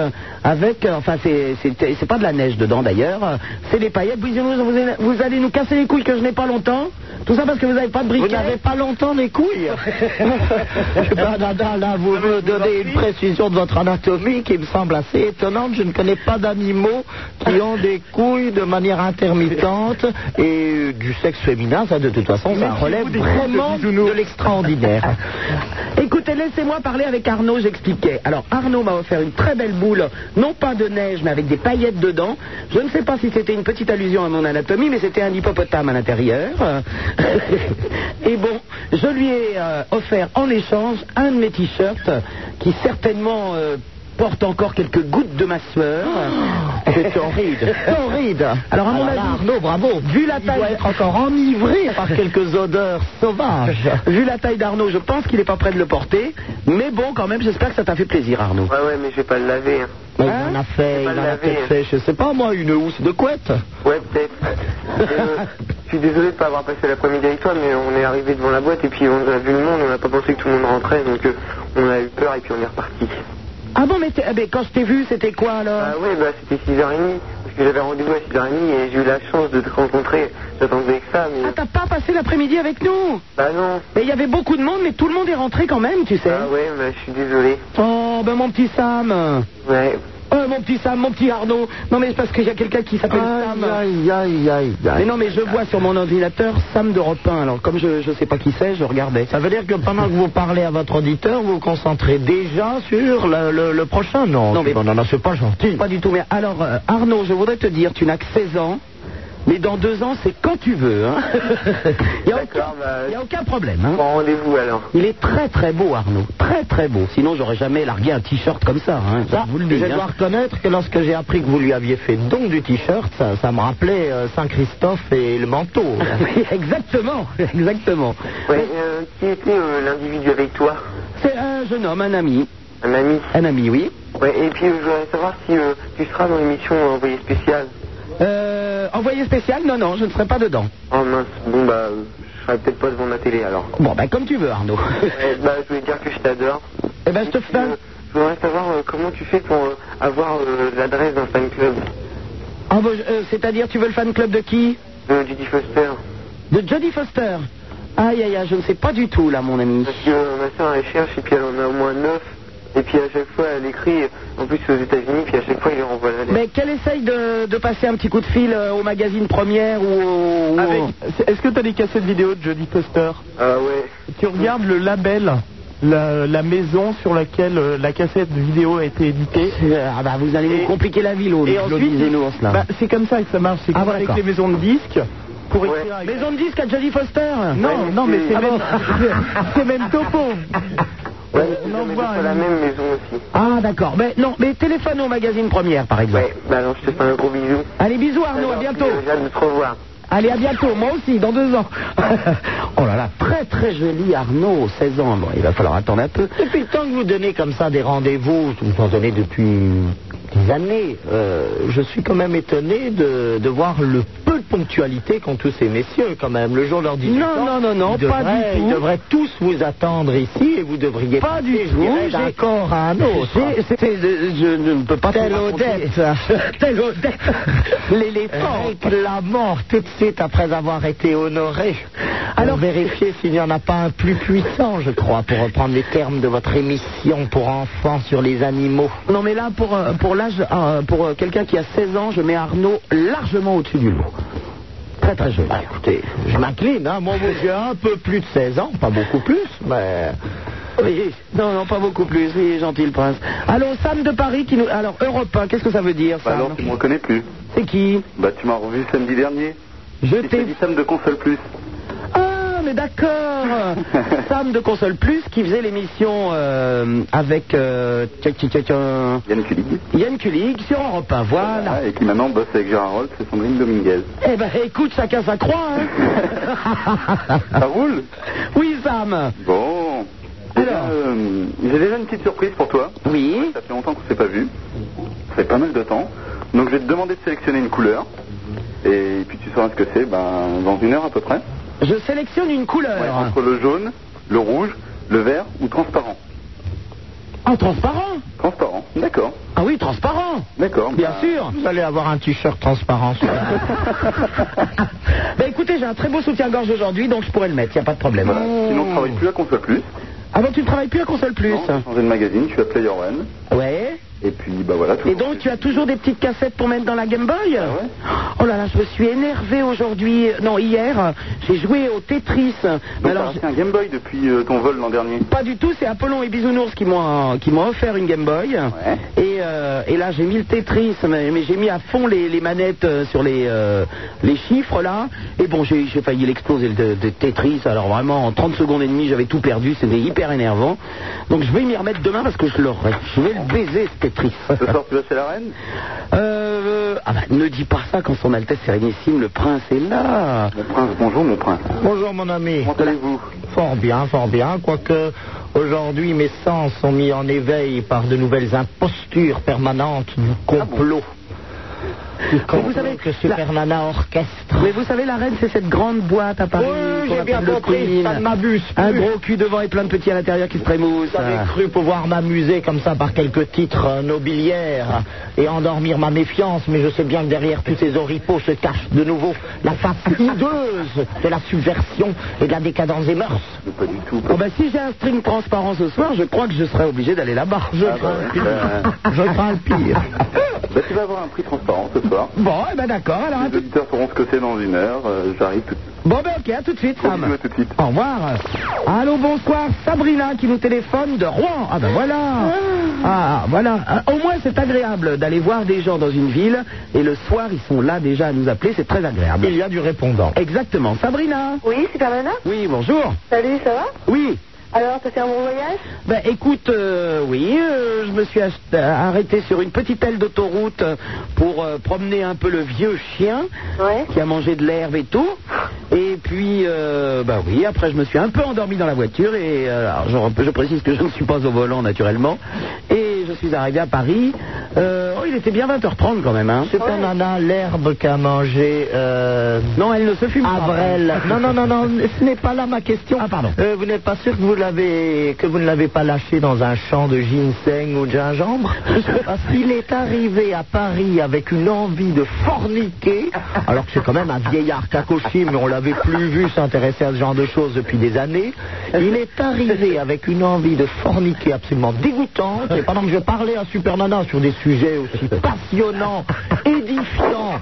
[SPEAKER 3] avec, euh, enfin c'est- c'est c'est pas de la neige dedans d'ailleurs, euh, c'est des paillettes. Vous, vous- vous allez nous casser les couilles que je n'ai pas longtemps. Tout ça parce que vous n'avez pas de briquet.
[SPEAKER 4] Vous n'avez pas longtemps les couilles Banana, là, vous me donnez une précision de votre anatomie qui me semble assez étonnante. Je ne connais pas d'animaux qui ont des couilles de manière intermittente et euh, du sexe féminin, ça de toute façon, ça
[SPEAKER 3] Méfiez-vous
[SPEAKER 4] relève
[SPEAKER 3] des
[SPEAKER 4] vraiment
[SPEAKER 3] couilles de bisounours.
[SPEAKER 4] de l'extraordinaire.
[SPEAKER 3] Écoutez, laissez-moi parler avec Arnaud, j'expliquais. Alors, Arnaud m'a offert une très belle boule, non pas de neige, mais avec des paillettes dedans. Je ne sais pas si c'était une petite allusion à mon anatomie, mais c'était un hippopotame à l'intérieur. Euh, Et bon, je lui ai euh, offert en échange un de mes t-shirts euh, qui certainement euh, porte encore quelques gouttes de ma sueur.
[SPEAKER 4] Oh. C'est horrible, horrible. Ah
[SPEAKER 3] Alors, à mon
[SPEAKER 4] là,
[SPEAKER 3] avis-
[SPEAKER 4] Arnaud, bravo.
[SPEAKER 3] Vu la
[SPEAKER 4] Il
[SPEAKER 3] taille-
[SPEAKER 4] doit être encore enivré par quelques odeurs sauvages.
[SPEAKER 3] Vu la taille d'Arnaud, je pense qu'il n'est pas prêt de le porter. Mais bon, quand même, j'espère que ça t'a fait plaisir, Arnaud.
[SPEAKER 7] Ouais, ouais, mais je vais pas le laver. Hein.
[SPEAKER 4] Mais il en a fait, il
[SPEAKER 7] Pas
[SPEAKER 4] en a
[SPEAKER 7] lavé,
[SPEAKER 4] peut-être
[SPEAKER 7] hein.
[SPEAKER 4] fait, je sais pas moi, une housse de couette.
[SPEAKER 7] Ouais, peut-être. Euh, je suis désolé de pas avoir passé l'après-midi avec toi, mais on est arrivé devant la boîte et puis on a vu le monde, on n'a pas pensé que tout le monde rentrait, donc euh, on a eu peur et puis on est reparti.
[SPEAKER 3] Ah bon, mais, t'es- eh ben, quand je t'ai vu, c'était quoi alors
[SPEAKER 7] Ah ouais, bah c'était 6h30, parce que j'avais rendez-vous à 6h30 et j'ai eu la chance de te rencontrer. J'attendais que ça, mais...
[SPEAKER 3] Ah, t'as pas passé l'après-midi avec nous
[SPEAKER 7] Bah non.
[SPEAKER 3] Mais il y avait beaucoup de monde, mais tout le monde est rentré quand même, tu sais.
[SPEAKER 7] Ah ouais, bah je suis désolé.
[SPEAKER 3] Oh, ben mon petit Sam Euh,
[SPEAKER 7] Ouais.
[SPEAKER 3] mon petit Sam, mon petit Arnaud Non, mais c'est parce qu'il y a quelqu'un qui s'appelle Sam.
[SPEAKER 4] Aïe, aïe, aïe, aïe, aïe.
[SPEAKER 3] Mais non, mais je vois sur mon ordinateur Sam de Repin. Alors, comme je, je sais pas qui c'est, je regardais.
[SPEAKER 4] Ça veut dire que pendant que vous parlez à votre auditeur, vous vous concentrez déjà sur le, le- le prochain Non,
[SPEAKER 3] Non, mais-
[SPEAKER 4] non, non, c'est pas gentil.
[SPEAKER 3] Pas du tout, mais alors, euh, Arnaud, je voudrais te dire, tu n'as que 16 ans, mais dans deux ans, c'est quand tu veux. hein. Il n'y a, aucun-
[SPEAKER 7] D'accord, bah,
[SPEAKER 3] il y a aucun problème. hein.
[SPEAKER 7] Bon rendez-vous alors.
[SPEAKER 3] Il est très très beau, Arnaud. Très très beau. Sinon, j'aurais jamais largué un t-shirt comme ça. Hein.
[SPEAKER 4] Ça,
[SPEAKER 3] Je vous le
[SPEAKER 4] je
[SPEAKER 3] dis, hein.
[SPEAKER 4] dois reconnaître que lorsque j'ai appris que vous lui aviez fait don du t-shirt, ça, ça me rappelait euh, Saint-Christophe et le manteau.
[SPEAKER 3] Oui, exactement, exactement.
[SPEAKER 7] Ouais, euh, qui était euh, l'individu avec toi
[SPEAKER 3] C'est un jeune homme, un ami.
[SPEAKER 7] Un ami
[SPEAKER 3] Un ami, oui.
[SPEAKER 7] Ouais, et puis euh, je voudrais savoir si euh, tu seras dans l'émission euh, Envoyé spécial.
[SPEAKER 3] Euh, envoyé spécial Non, non, je ne serai pas dedans.
[SPEAKER 7] Oh mince, bon bah, euh, je serai peut-être pas devant la télé alors.
[SPEAKER 3] Bon, ben comme tu veux, Arnaud.
[SPEAKER 7] Ouais, bah, je voulais dire que je t'adore.
[SPEAKER 3] eh ben, je te
[SPEAKER 7] Et puis,
[SPEAKER 3] fais... un-
[SPEAKER 7] euh, je voudrais savoir euh, comment tu fais pour euh, avoir euh, l'adresse d'un fan club
[SPEAKER 3] Ah, bon, je- euh, C'est-à-dire, tu veux le fan club de qui
[SPEAKER 7] de Judy Foster.
[SPEAKER 3] De Jodie Foster. Aïe, aïe, aïe, je ne sais pas du tout, là, mon ami.
[SPEAKER 7] Parce que euh, ma soeur elle cherche et puis elle en a au moins 9. Et puis à chaque fois elle écrit, en plus aux États-Unis, puis à chaque fois il leur envoie la lettre.
[SPEAKER 3] Mais qu'elle essaye de, de passer un petit coup de fil euh, au magazine Première ou au... ou au-
[SPEAKER 8] Est-ce que tu as les cassettes vidéo de Jodie Foster
[SPEAKER 7] Ah ouais.
[SPEAKER 8] Tu regardes le label, la, la maison sur laquelle euh, la cassette vidéo a été éditée.
[SPEAKER 3] Ah, bah,
[SPEAKER 8] Oh,
[SPEAKER 3] vous allez nous compliquer la oh, vie, l'autre.
[SPEAKER 8] Et ensuite,
[SPEAKER 3] nous en cela.
[SPEAKER 8] bah, c'est comme ça que ça marche. C'est
[SPEAKER 3] Ah,
[SPEAKER 8] comme
[SPEAKER 3] voilà,
[SPEAKER 8] avec
[SPEAKER 3] d'accord.
[SPEAKER 8] les maisons de disques.
[SPEAKER 9] pour
[SPEAKER 7] Ouais.
[SPEAKER 9] écrire avec-
[SPEAKER 3] Maison de disque à Jodie Foster
[SPEAKER 9] Non, non, mais c'est
[SPEAKER 3] Ah bon
[SPEAKER 9] même, c'est même topo.
[SPEAKER 7] Ouais, mais
[SPEAKER 9] On
[SPEAKER 7] c'est
[SPEAKER 9] en
[SPEAKER 7] jamais
[SPEAKER 9] voit
[SPEAKER 7] pas
[SPEAKER 9] un-
[SPEAKER 7] la même maison aussi.
[SPEAKER 3] Ah d'accord, mais non, mais téléphone au magazine première par exemple.
[SPEAKER 7] Ouais, bah alors je te fais un gros bisou.
[SPEAKER 3] Allez bisous Arnaud, à
[SPEAKER 8] Eh ben,
[SPEAKER 7] Alors,
[SPEAKER 3] bientôt.
[SPEAKER 7] j'ai hâte de te revoir.
[SPEAKER 3] Allez, à bientôt, moi aussi, dans deux ans. oh là là, très très joli Arnaud, 16 ans. Bon, il va falloir attendre un peu.
[SPEAKER 8] Depuis le temps que vous donnez comme ça des rendez-vous, vous en donnez depuis des années, euh, je suis quand même étonné de, de voir le peu de ponctualité qu'ont tous ces messieurs quand même. Le jour de leur 18
[SPEAKER 3] Non,
[SPEAKER 8] ans,
[SPEAKER 3] non, non, non,
[SPEAKER 8] ils
[SPEAKER 3] pas
[SPEAKER 8] devraient-
[SPEAKER 3] du tout.
[SPEAKER 8] Ils devraient tous vous attendre ici et vous devriez
[SPEAKER 3] Pas du
[SPEAKER 8] passer, je
[SPEAKER 3] tout,
[SPEAKER 8] dirais, d'un
[SPEAKER 3] j'ai-
[SPEAKER 8] corps à un autre.
[SPEAKER 3] J'ai- c'est- c'est- je, je ne peux pas te
[SPEAKER 8] Telle
[SPEAKER 3] raconter.
[SPEAKER 8] Odette.
[SPEAKER 3] Telle Odette L'éléphant
[SPEAKER 8] Réclamant tout de suite après avoir été honoré. Alors vérifiez s'il n'y en a pas un plus puissant, je crois, pour reprendre les termes de votre émission pour enfants sur les animaux.
[SPEAKER 3] Non mais là, pour, euh, pour l'âge, euh, pour euh, quelqu'un qui a 16 ans, je mets Arnaud largement au-dessus du lot. Très très joli.
[SPEAKER 8] Bah, écoutez, je m'incline, hein. Moi, moi, j'ai un peu plus de 16 ans, pas beaucoup plus, mais.
[SPEAKER 3] Oui, non, non, pas beaucoup plus. Il est gentil, le prince. Allô, Sam de Paris qui nous... Alors, Europe 1, qu'est-ce que ça veut dire,
[SPEAKER 4] Bah
[SPEAKER 3] Sam
[SPEAKER 4] alors, tu me reconnais plus.
[SPEAKER 3] C'est qui
[SPEAKER 4] Bah, tu m'as revu samedi dernier.
[SPEAKER 3] Je
[SPEAKER 4] Il te
[SPEAKER 3] t'ai
[SPEAKER 4] dit Sam de Console Plus.
[SPEAKER 3] Ah, mais d'accord Sam de Console Plus qui faisait l'émission euh, avec euh, tchac, tchac, tchac, euh,
[SPEAKER 4] Yannick Ulig.
[SPEAKER 3] Yann Kulig sur Europe 1, voilà.
[SPEAKER 4] Et qui maintenant bosse avec Gérard Rolls et Sandrine Dominguez.
[SPEAKER 3] Eh ben écoute, chacun sa croix, hein
[SPEAKER 4] Ça roule
[SPEAKER 3] Oui, Sam
[SPEAKER 4] Bon. Déjà, euh, J'ai déjà une petite surprise pour toi.
[SPEAKER 3] Oui
[SPEAKER 4] Ça fait longtemps qu'on s'est pas vu. Ça fait pas mal de temps. Donc, je vais te demander de sélectionner une couleur. Et puis, tu sauras ce que c'est ben, dans une heure à peu près.
[SPEAKER 3] Je sélectionne une couleur.
[SPEAKER 4] Ouais, entre le jaune, le rouge, le vert ou transparent.
[SPEAKER 3] Ah, transparent
[SPEAKER 4] Transparent, d'accord.
[SPEAKER 3] Ah oui, transparent
[SPEAKER 4] D'accord.
[SPEAKER 3] Bien
[SPEAKER 4] bah,
[SPEAKER 3] sûr
[SPEAKER 8] Euh, Vous allez avoir un t-shirt transparent sur
[SPEAKER 3] Bah écoutez, j'ai un très beau soutien-gorge aujourd'hui, donc je pourrais le mettre, il a pas de problème.
[SPEAKER 4] voilà. Sinon, je travaille plus à Console Plus.
[SPEAKER 3] Avant, tu ne travailles plus à Console Plus
[SPEAKER 4] Non, j'ai changé de magazine, je suis à Player One.
[SPEAKER 3] Ouais.
[SPEAKER 4] Et puis, bah voilà. tout
[SPEAKER 3] Et
[SPEAKER 4] le monde
[SPEAKER 3] donc, tu as toujours des petites cassettes pour mettre dans la Game
[SPEAKER 8] Ah
[SPEAKER 3] Boy Oh là là, je me suis énervé aujourd'hui. Non, hier, j'ai joué au Tetris. Mais
[SPEAKER 4] Donc,
[SPEAKER 3] alors,
[SPEAKER 8] hein.
[SPEAKER 4] t'as acheté un Game Boy depuis euh, ton vol l'an dernier.
[SPEAKER 3] pas du tout, c'est Apollon et Bisounours qui m'ont qui m'ont offert une Game Boy. Et, euh, et là, j'ai mis le Tetris, mais, mais j'ai mis à fond les, les manettes euh, sur les, euh, les chiffres là. Et bon, j'ai j'ai failli l'exploser de, de Tetris. Alors vraiment, en 30 secondes et demie, j'avais tout perdu. C'était hyper énervant. Donc je vais m'y remettre demain parce que je l'aurai. Je vais le baiser ce Tetris.
[SPEAKER 4] Ce soir, tu vas chez la reine
[SPEAKER 3] Euh, ah bah, ne dis pas ça quand son Altesse Sérénissime, le prince est là.
[SPEAKER 4] Mon prince, bonjour mon prince.
[SPEAKER 8] Bonjour mon ami.
[SPEAKER 4] Comment allez-vous
[SPEAKER 8] Fort bien, fort bien, quoique aujourd'hui mes sens sont mis en éveil par de nouvelles impostures permanentes du complot.
[SPEAKER 3] Mais vous
[SPEAKER 8] Ah, vous
[SPEAKER 3] savez
[SPEAKER 8] savez que
[SPEAKER 3] la-
[SPEAKER 8] Super Nana Orchestre.
[SPEAKER 3] Mais vous savez, la reine, c'est cette grande boîte à Paris.
[SPEAKER 8] Oui,
[SPEAKER 3] qu'on
[SPEAKER 8] j'ai bien
[SPEAKER 3] appelle le
[SPEAKER 8] compris,
[SPEAKER 3] Queen.
[SPEAKER 8] ça ne m'abuse
[SPEAKER 3] Un
[SPEAKER 8] plus.
[SPEAKER 3] gros cul devant et plein de petits à l'intérieur qui se trémoussent.
[SPEAKER 8] J'avais cru pouvoir m'amuser comme ça par quelques titres euh, nobiliaires et endormir ma méfiance, mais je sais bien que derrière tous ces oripeaux se cache de nouveau la face hideuse de la subversion et de la décadence des mœurs.
[SPEAKER 4] Mais Pas du tout. pas-
[SPEAKER 3] Oh bah, si j'ai un string transparent ce soir, je crois que je serai obligé d'aller là-bas. ben. Je
[SPEAKER 4] Ah, bah, ouais, bah,
[SPEAKER 8] Je crains le pire.
[SPEAKER 4] bah, tu vas avoir un prix transparent ce soir.
[SPEAKER 3] Bon, eh ben d'accord, alors à
[SPEAKER 4] Les
[SPEAKER 3] tout...
[SPEAKER 4] auditeurs sauront ce que c'est dans une heure. Euh, J'arrive tout de suite.
[SPEAKER 3] Bon ben ok, à tout de suite
[SPEAKER 4] Gros bisous,
[SPEAKER 3] Sam.
[SPEAKER 4] à tout de suite.
[SPEAKER 3] Au revoir. Allô, bonsoir, Sabrina qui nous téléphone de Rouen. Ah ben voilà. Ah voilà. Ah, Au moins c'est agréable d'aller voir des gens dans une ville et le soir ils sont là déjà à nous appeler, c'est très agréable.
[SPEAKER 8] Il y a du répondant.
[SPEAKER 3] Exactement. Sabrina
[SPEAKER 10] Oui, Super Nana
[SPEAKER 3] Oui, bonjour.
[SPEAKER 10] Salut, ça va
[SPEAKER 3] Oui.
[SPEAKER 10] Alors, t'as fait un bon voyage
[SPEAKER 3] Ben écoute, euh, oui, euh, je me suis ach- euh, arrêté sur une petite aile d'autoroute euh, pour euh, promener un peu le vieux chien
[SPEAKER 10] Ouais.
[SPEAKER 3] qui a mangé de l'herbe et tout. Et puis, euh, bah oui, après je me suis un peu endormi dans la voiture et euh, alors, je, rep- je précise que je ne suis pas au volant naturellement. Et je suis arrivé à Paris. Euh, oh, il était bien 20h30 quand même. Hein.
[SPEAKER 8] Super Nana, l'herbe qu'a mangé euh,
[SPEAKER 3] Non, elle ne se fume pas.
[SPEAKER 8] Avrel. Non, non, non, non, ce n'est pas là ma question.
[SPEAKER 3] Ah, pardon.
[SPEAKER 8] Euh, vous n'êtes pas sûr que vous l'avez, que vous ne l'avez pas lâché dans un champ de ginseng ou de gingembre Parce qu'il est arrivé à Paris avec une envie de forniquer, alors que c'est quand même un vieillard cacochi, mais on l'avait plus vu s'intéresser à ce genre de choses depuis des années. Il est arrivé avec une envie de forniquer absolument dégoûtante, et pendant que je parlais à Super Nana sur des sujets aussi
[SPEAKER 3] aussi passionnant, édifiant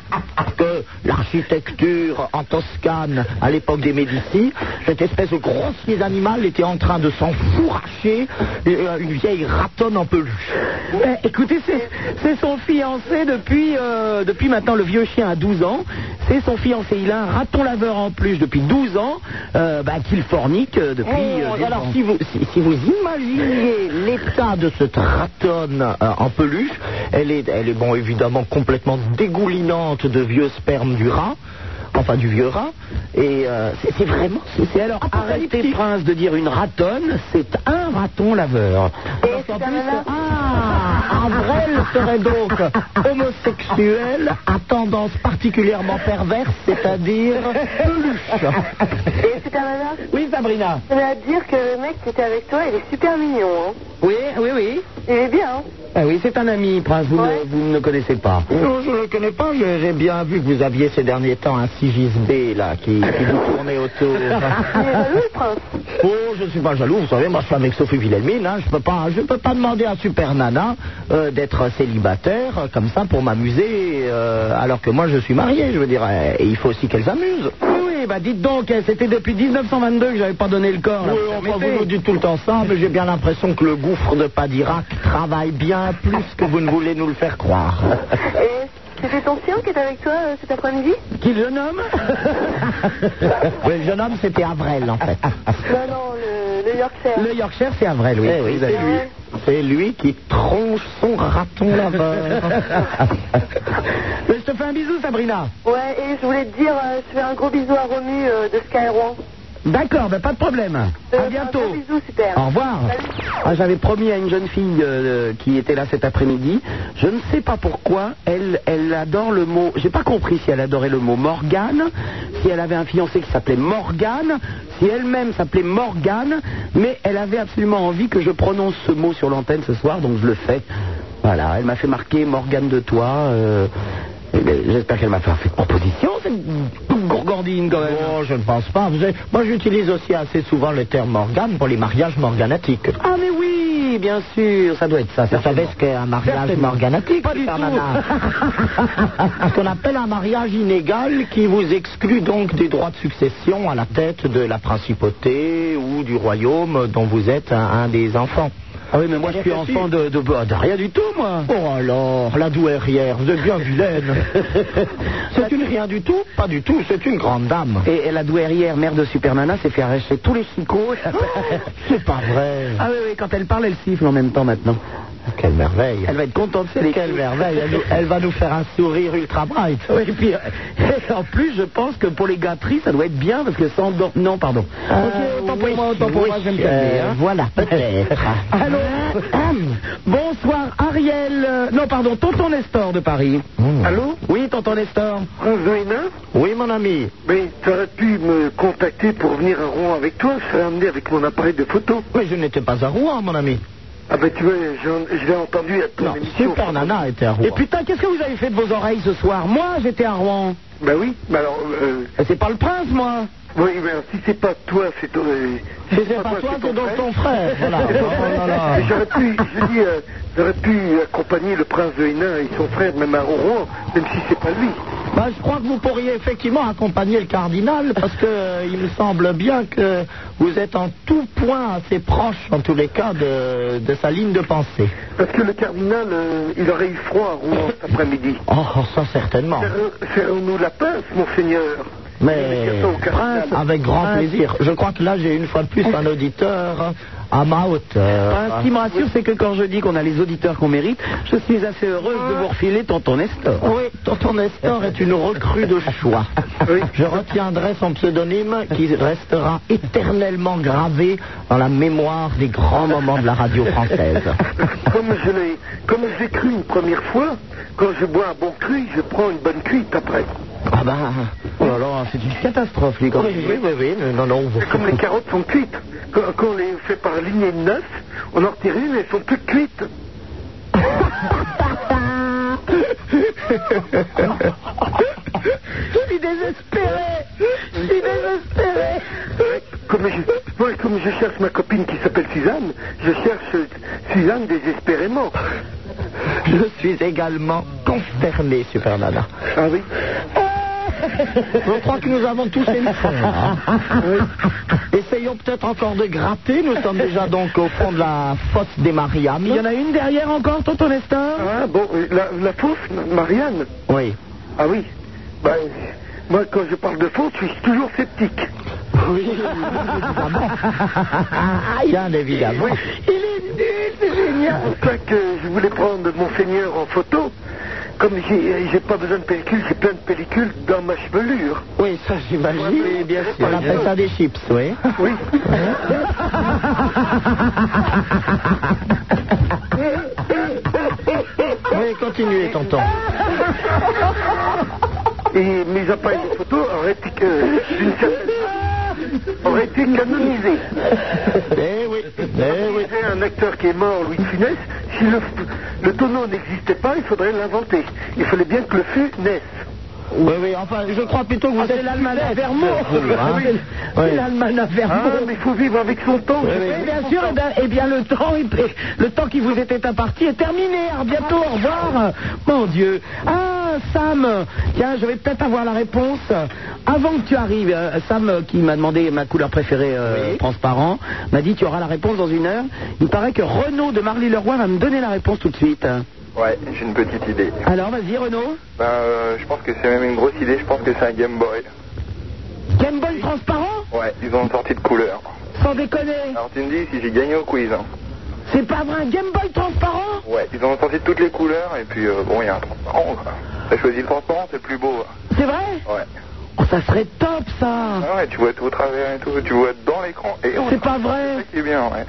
[SPEAKER 3] que l'architecture en Toscane à l'époque des Médicis. Cette espèce de grossier animal était en train de s'enfourracher euh, une vieille ratonne en peluche.
[SPEAKER 8] Ben, écoutez, c'est c'est son fiancé depuis, euh, depuis maintenant. Le vieux chien a 12 ans. C'est son fiancé. Il a un raton laveur en plus depuis 12 ans euh, bah, qu'il fornique euh, depuis.
[SPEAKER 3] Oh,
[SPEAKER 8] euh, 12
[SPEAKER 3] alors,
[SPEAKER 8] ans.
[SPEAKER 3] si vous, si, si vous imaginiez l'état de cette ratonne euh, en peluche, elle est, elle est bon, évidemment complètement dégoulinante de vieux sperme du rat. Enfin, du vieux rat. Et euh, c'est c'est vraiment. c'est- C'est alors
[SPEAKER 8] Arrêtez, prince, de dire une ratonne, c'est un raton laveur.
[SPEAKER 3] Et en plus, ah, Avrel serait donc homosexuel à tendance particulièrement perverse, c'est-à-dire peluche.
[SPEAKER 10] Et c'est un nana
[SPEAKER 3] Oui, Sabrina.
[SPEAKER 10] Je voulais te dire que le mec qui était avec toi, il est super mignon. Hein.
[SPEAKER 8] Oui, oui, oui.
[SPEAKER 10] Il est bien. hein.
[SPEAKER 8] Ah oui, c'est un ami, prince, vous, ne, vous ne le connaissez pas.
[SPEAKER 3] Non, je ne le connais pas. je- J'ai bien vu que vous aviez ces derniers temps un Sigisbé, là, qui, qui vous tournait autour.
[SPEAKER 10] Il est jaloux, le prince.
[SPEAKER 3] oh, je ne suis pas jaloux. Vous savez, moi, je suis avec Sophie Wilhelmine. hein, Je ne peux, pas- je peux pas demander à Super Nana euh, d'être célibataire, euh, comme ça, pour m'amuser, euh, alors que moi, je suis marié. Je veux dire, euh, et il faut aussi qu'elle s'amuse.
[SPEAKER 8] Oui, bah dites donc, eh, c'était depuis 1922 que j'avais pas donné le corps. là,
[SPEAKER 3] Oui,
[SPEAKER 8] vous
[SPEAKER 3] enfin,
[SPEAKER 8] permettez
[SPEAKER 3] vous nous dites tout le temps ça, mais j'ai bien l'impression que le gouffre de Padirac travaille bien plus que vous ne voulez nous le faire croire.
[SPEAKER 10] Et c'était ton chien qui était avec toi euh, cet après-midi
[SPEAKER 8] Qui le nomme
[SPEAKER 3] Oui, le jeune homme, c'était Avrel, en fait.
[SPEAKER 10] Non, non, le, le Yorkshire.
[SPEAKER 8] Le Yorkshire, c'est Avril, oui.
[SPEAKER 3] Eh oui, c'est lui. C'est lui qui tronche son raton laveur.
[SPEAKER 8] Mais je te fais un bisou, Sabrina.
[SPEAKER 10] Ouais, et je voulais te dire, euh, je fais un gros bisou à Romu euh, de Sky Rouen.
[SPEAKER 8] D'accord, bah, pas de problème.
[SPEAKER 10] Euh,
[SPEAKER 8] À
[SPEAKER 10] Un gros
[SPEAKER 8] bientôt.
[SPEAKER 10] bisou, super.
[SPEAKER 8] Au revoir. Ah, J'avais promis à une jeune fille euh, qui était là cet après-midi. Je ne sais pas pourquoi elle, elle adore le mot. J'ai pas compris si elle adorait le mot Morgane, si elle avait un fiancé qui s'appelait Morgane, si elle-même s'appelait Morgane, mais elle avait absolument envie que je prononce ce mot sur l'antenne ce soir, donc je le fais. Voilà, elle m'a fait marquer Morgane de toi. euh, eh ben, J'espère qu'elle m'a fait une proposition, cette gourgandine quand même.
[SPEAKER 3] Oh, je ne pense pas. Vous savez, moi, j'utilise aussi assez souvent le terme Morgane pour les mariages morganatiques.
[SPEAKER 8] Ah mais oui, bien sûr, ça doit être ça.
[SPEAKER 3] Vous savez ce qu'est un mariage
[SPEAKER 8] Certainement.
[SPEAKER 3] morganatique
[SPEAKER 8] Pas du
[SPEAKER 3] Super
[SPEAKER 8] tout.
[SPEAKER 3] Nana Ce qu'on appelle un mariage inégal qui vous exclut donc des droits de succession à la tête de la principauté ou du royaume dont vous êtes un, un des enfants.
[SPEAKER 8] Ah oui, mais moi je suis
[SPEAKER 3] Bien sûr.
[SPEAKER 8] enfant de, de, bah, de rien du tout, moi.
[SPEAKER 3] Oh alors, la douairière, vous êtes bien vilaine. c'est une rien du tout Pas du tout, c'est une grande dame.
[SPEAKER 8] Et, et la douairière, mère de Supernana, s'est fait arracher tous les chicots.
[SPEAKER 3] Oh, C'est pas vrai.
[SPEAKER 8] ah oui, oui, quand elle parle, elle siffle en même temps maintenant.
[SPEAKER 3] Ah, Quelle merveille.
[SPEAKER 8] Elle va être contente, c'est
[SPEAKER 3] Quelle merveille. Elle, nous- elle va nous faire un sourire ultra bright.
[SPEAKER 8] Oui, et puis, euh, en plus, je pense que pour les gâteries, ça doit être bien parce que sans dor- Non, pardon.
[SPEAKER 3] Euh,
[SPEAKER 8] ok, autant pour
[SPEAKER 3] oui,
[SPEAKER 8] moi, autant pour
[SPEAKER 3] oui,
[SPEAKER 8] moi, je vais me
[SPEAKER 3] euh,
[SPEAKER 8] calmer. hein.
[SPEAKER 3] Voilà, peut-être.
[SPEAKER 8] Allô Bonsoir, Ariel. euh, Non, pardon, Tonton Nestor de Paris.
[SPEAKER 7] Allô
[SPEAKER 8] Oui, Tonton Nestor.
[SPEAKER 7] Prince de Hénin
[SPEAKER 3] Hmm. Oui, mon ami.
[SPEAKER 7] Mais tu aurais pu me contacter pour venir à Rouen avec toi, je serais amené avec mon appareil de photo.
[SPEAKER 3] Mais je n'étais pas à Rouen, mon ami.
[SPEAKER 7] Ah ben tu vois, je, je l'ai entendu à ton
[SPEAKER 3] Non,
[SPEAKER 7] émission.
[SPEAKER 3] Super Nana était à Rouen.
[SPEAKER 8] Et putain, qu'est-ce que vous avez fait de vos oreilles ce soir Moi, j'étais à Rouen.
[SPEAKER 7] Ben oui, mais alors, euh,
[SPEAKER 8] Et C'est pas le prince, moi.
[SPEAKER 7] oui, mais alors, si c'est pas toi, c'est ton... euh, si
[SPEAKER 3] c'est pas toi, c'est donc
[SPEAKER 7] frère.
[SPEAKER 3] ton frère. Voilà. Oh là là.
[SPEAKER 7] Mais J'aurais pu, je dis, euh, j'aurais pu accompagner le prince de Hénin et son frère même à Rouen, même si c'est pas lui.
[SPEAKER 3] Bah, je crois que vous pourriez effectivement accompagner le cardinal parce que euh, il me semble bien que vous êtes en tout point assez proche, en tous les cas, de, de sa ligne de pensée.
[SPEAKER 7] Parce que le cardinal, euh, il aurait eu froid à Rouen cet après-midi.
[SPEAKER 3] Oh, ça certainement.
[SPEAKER 7] Serrons- Serrons-nous la pince, monseigneur
[SPEAKER 3] Mais
[SPEAKER 7] Dire ça au cardinal.
[SPEAKER 3] Prince, ah, avec grand plaisir. Je crois que là j'ai une fois de plus un auditeur à ma
[SPEAKER 8] Enfin,
[SPEAKER 3] hauteur.
[SPEAKER 8] ce qui me rassure, c'est que quand je dis qu'on a les auditeurs qu'on mérite, je suis assez heureuse de vous refiler tonton Nestor.
[SPEAKER 3] Oui, tonton Nestor est une recrue de choix.
[SPEAKER 7] Oui.
[SPEAKER 3] Je retiendrai son pseudonyme qui restera éternellement gravé dans la mémoire des grands moments de la radio française.
[SPEAKER 7] Comme je l'ai, comme j'ai cru une première fois, quand je bois un bon cru, je prends une bonne cuite après.
[SPEAKER 3] Ah ben, oh là là, c'est une catastrophe, les gars. Oui, oui, oui, oui, non, non.
[SPEAKER 7] C'est comme les carottes sont cuites. Quand, quand on les fait par ligne de neuf, on en retire une et elles sont toutes cuites.
[SPEAKER 8] Je suis désespéré Je suis désespéré
[SPEAKER 7] Comme je, moi, comme je cherche ma copine qui s'appelle Suzanne, je cherche euh, Suzanne désespérément.
[SPEAKER 3] Je suis également consterné, Super Nana. Ah oui Je crois que nous avons tous une fin. hein. Essayons peut-être encore de gratter. Nous sommes déjà donc au fond de la fosse des Mariannes.
[SPEAKER 11] Il y en a une derrière encore, Tonton Nestor
[SPEAKER 7] Ah bon, euh, la, la fausse, Marianne
[SPEAKER 3] Oui.
[SPEAKER 7] Ah oui Bah, euh, Moi, quand je parle de fausse, je suis toujours sceptique.
[SPEAKER 3] Oui, évidemment. Bien évidemment.
[SPEAKER 7] Il est nul, c'est génial C'est pour ça que je voulais prendre mon seigneur en photo. Comme j'ai j'ai pas besoin de pellicule, j'ai plein de pellicules dans ma chevelure.
[SPEAKER 3] Oui, ça j'imagine.
[SPEAKER 7] Oui, bien sûr.
[SPEAKER 3] On appelle ça des chips, oui.
[SPEAKER 7] Oui.
[SPEAKER 3] Oui, continuez, tonton.
[SPEAKER 7] Et mes appareils de photo auraient été, que- d'une certaine- auraient été canonisés.
[SPEAKER 3] Eh oui, eh oui.
[SPEAKER 7] Canonisés, un acteur qui est mort, Louis de Funès, si le, le tonneau n'existait pas, il faudrait l'inventer. Il fallait bien que le fût naisse.
[SPEAKER 3] Oui, oui, enfin, je crois plutôt que vous êtes... Ah, l'Allemagne Vermont hein. C'est l'Allemagne
[SPEAKER 7] Ah,
[SPEAKER 3] Vermont
[SPEAKER 7] mais il faut vivre avec son temps.
[SPEAKER 3] Oui, bien sûr, et bien, le temps est- le temps qui vous était imparti est terminé. À bientôt, au revoir. Mon Dieu. Ah, Sam, tiens, je vais peut-être avoir la réponse. Avant que tu arrives, euh, Sam, euh, qui m'a demandé ma couleur préférée euh, transparent, m'a dit tu auras la réponse dans une heure. Il paraît que Renaud de Marly-le-Roi va me donner la réponse tout de suite.
[SPEAKER 12] Ouais, j'ai une petite idée.
[SPEAKER 3] Alors, vas-y, Renaud.
[SPEAKER 12] Ben, euh, je pense que c'est même une grosse idée, je pense que c'est un Game Boy.
[SPEAKER 3] Game Boy transparent
[SPEAKER 12] Ouais, ils ont une sortie de couleur.
[SPEAKER 3] Sans déconner.
[SPEAKER 12] Alors tu me dis si j'ai gagné au quiz. hein.
[SPEAKER 3] C'est pas vrai, un Game Boy transparent
[SPEAKER 12] Ouais, ils ont sorti toutes les couleurs et puis euh, bon, il y a un transparent. quoi. T'as choisi le transparent, c'est le plus beau. hein.
[SPEAKER 3] C'est vrai
[SPEAKER 12] Ouais.
[SPEAKER 3] Oh, ça serait top, ça.
[SPEAKER 12] Ah ouais, tu vois tout au travers et tout, tu vois dans l'écran. Et on-
[SPEAKER 3] C'est pas vrai.
[SPEAKER 12] C'est ça qui est bien, ouais.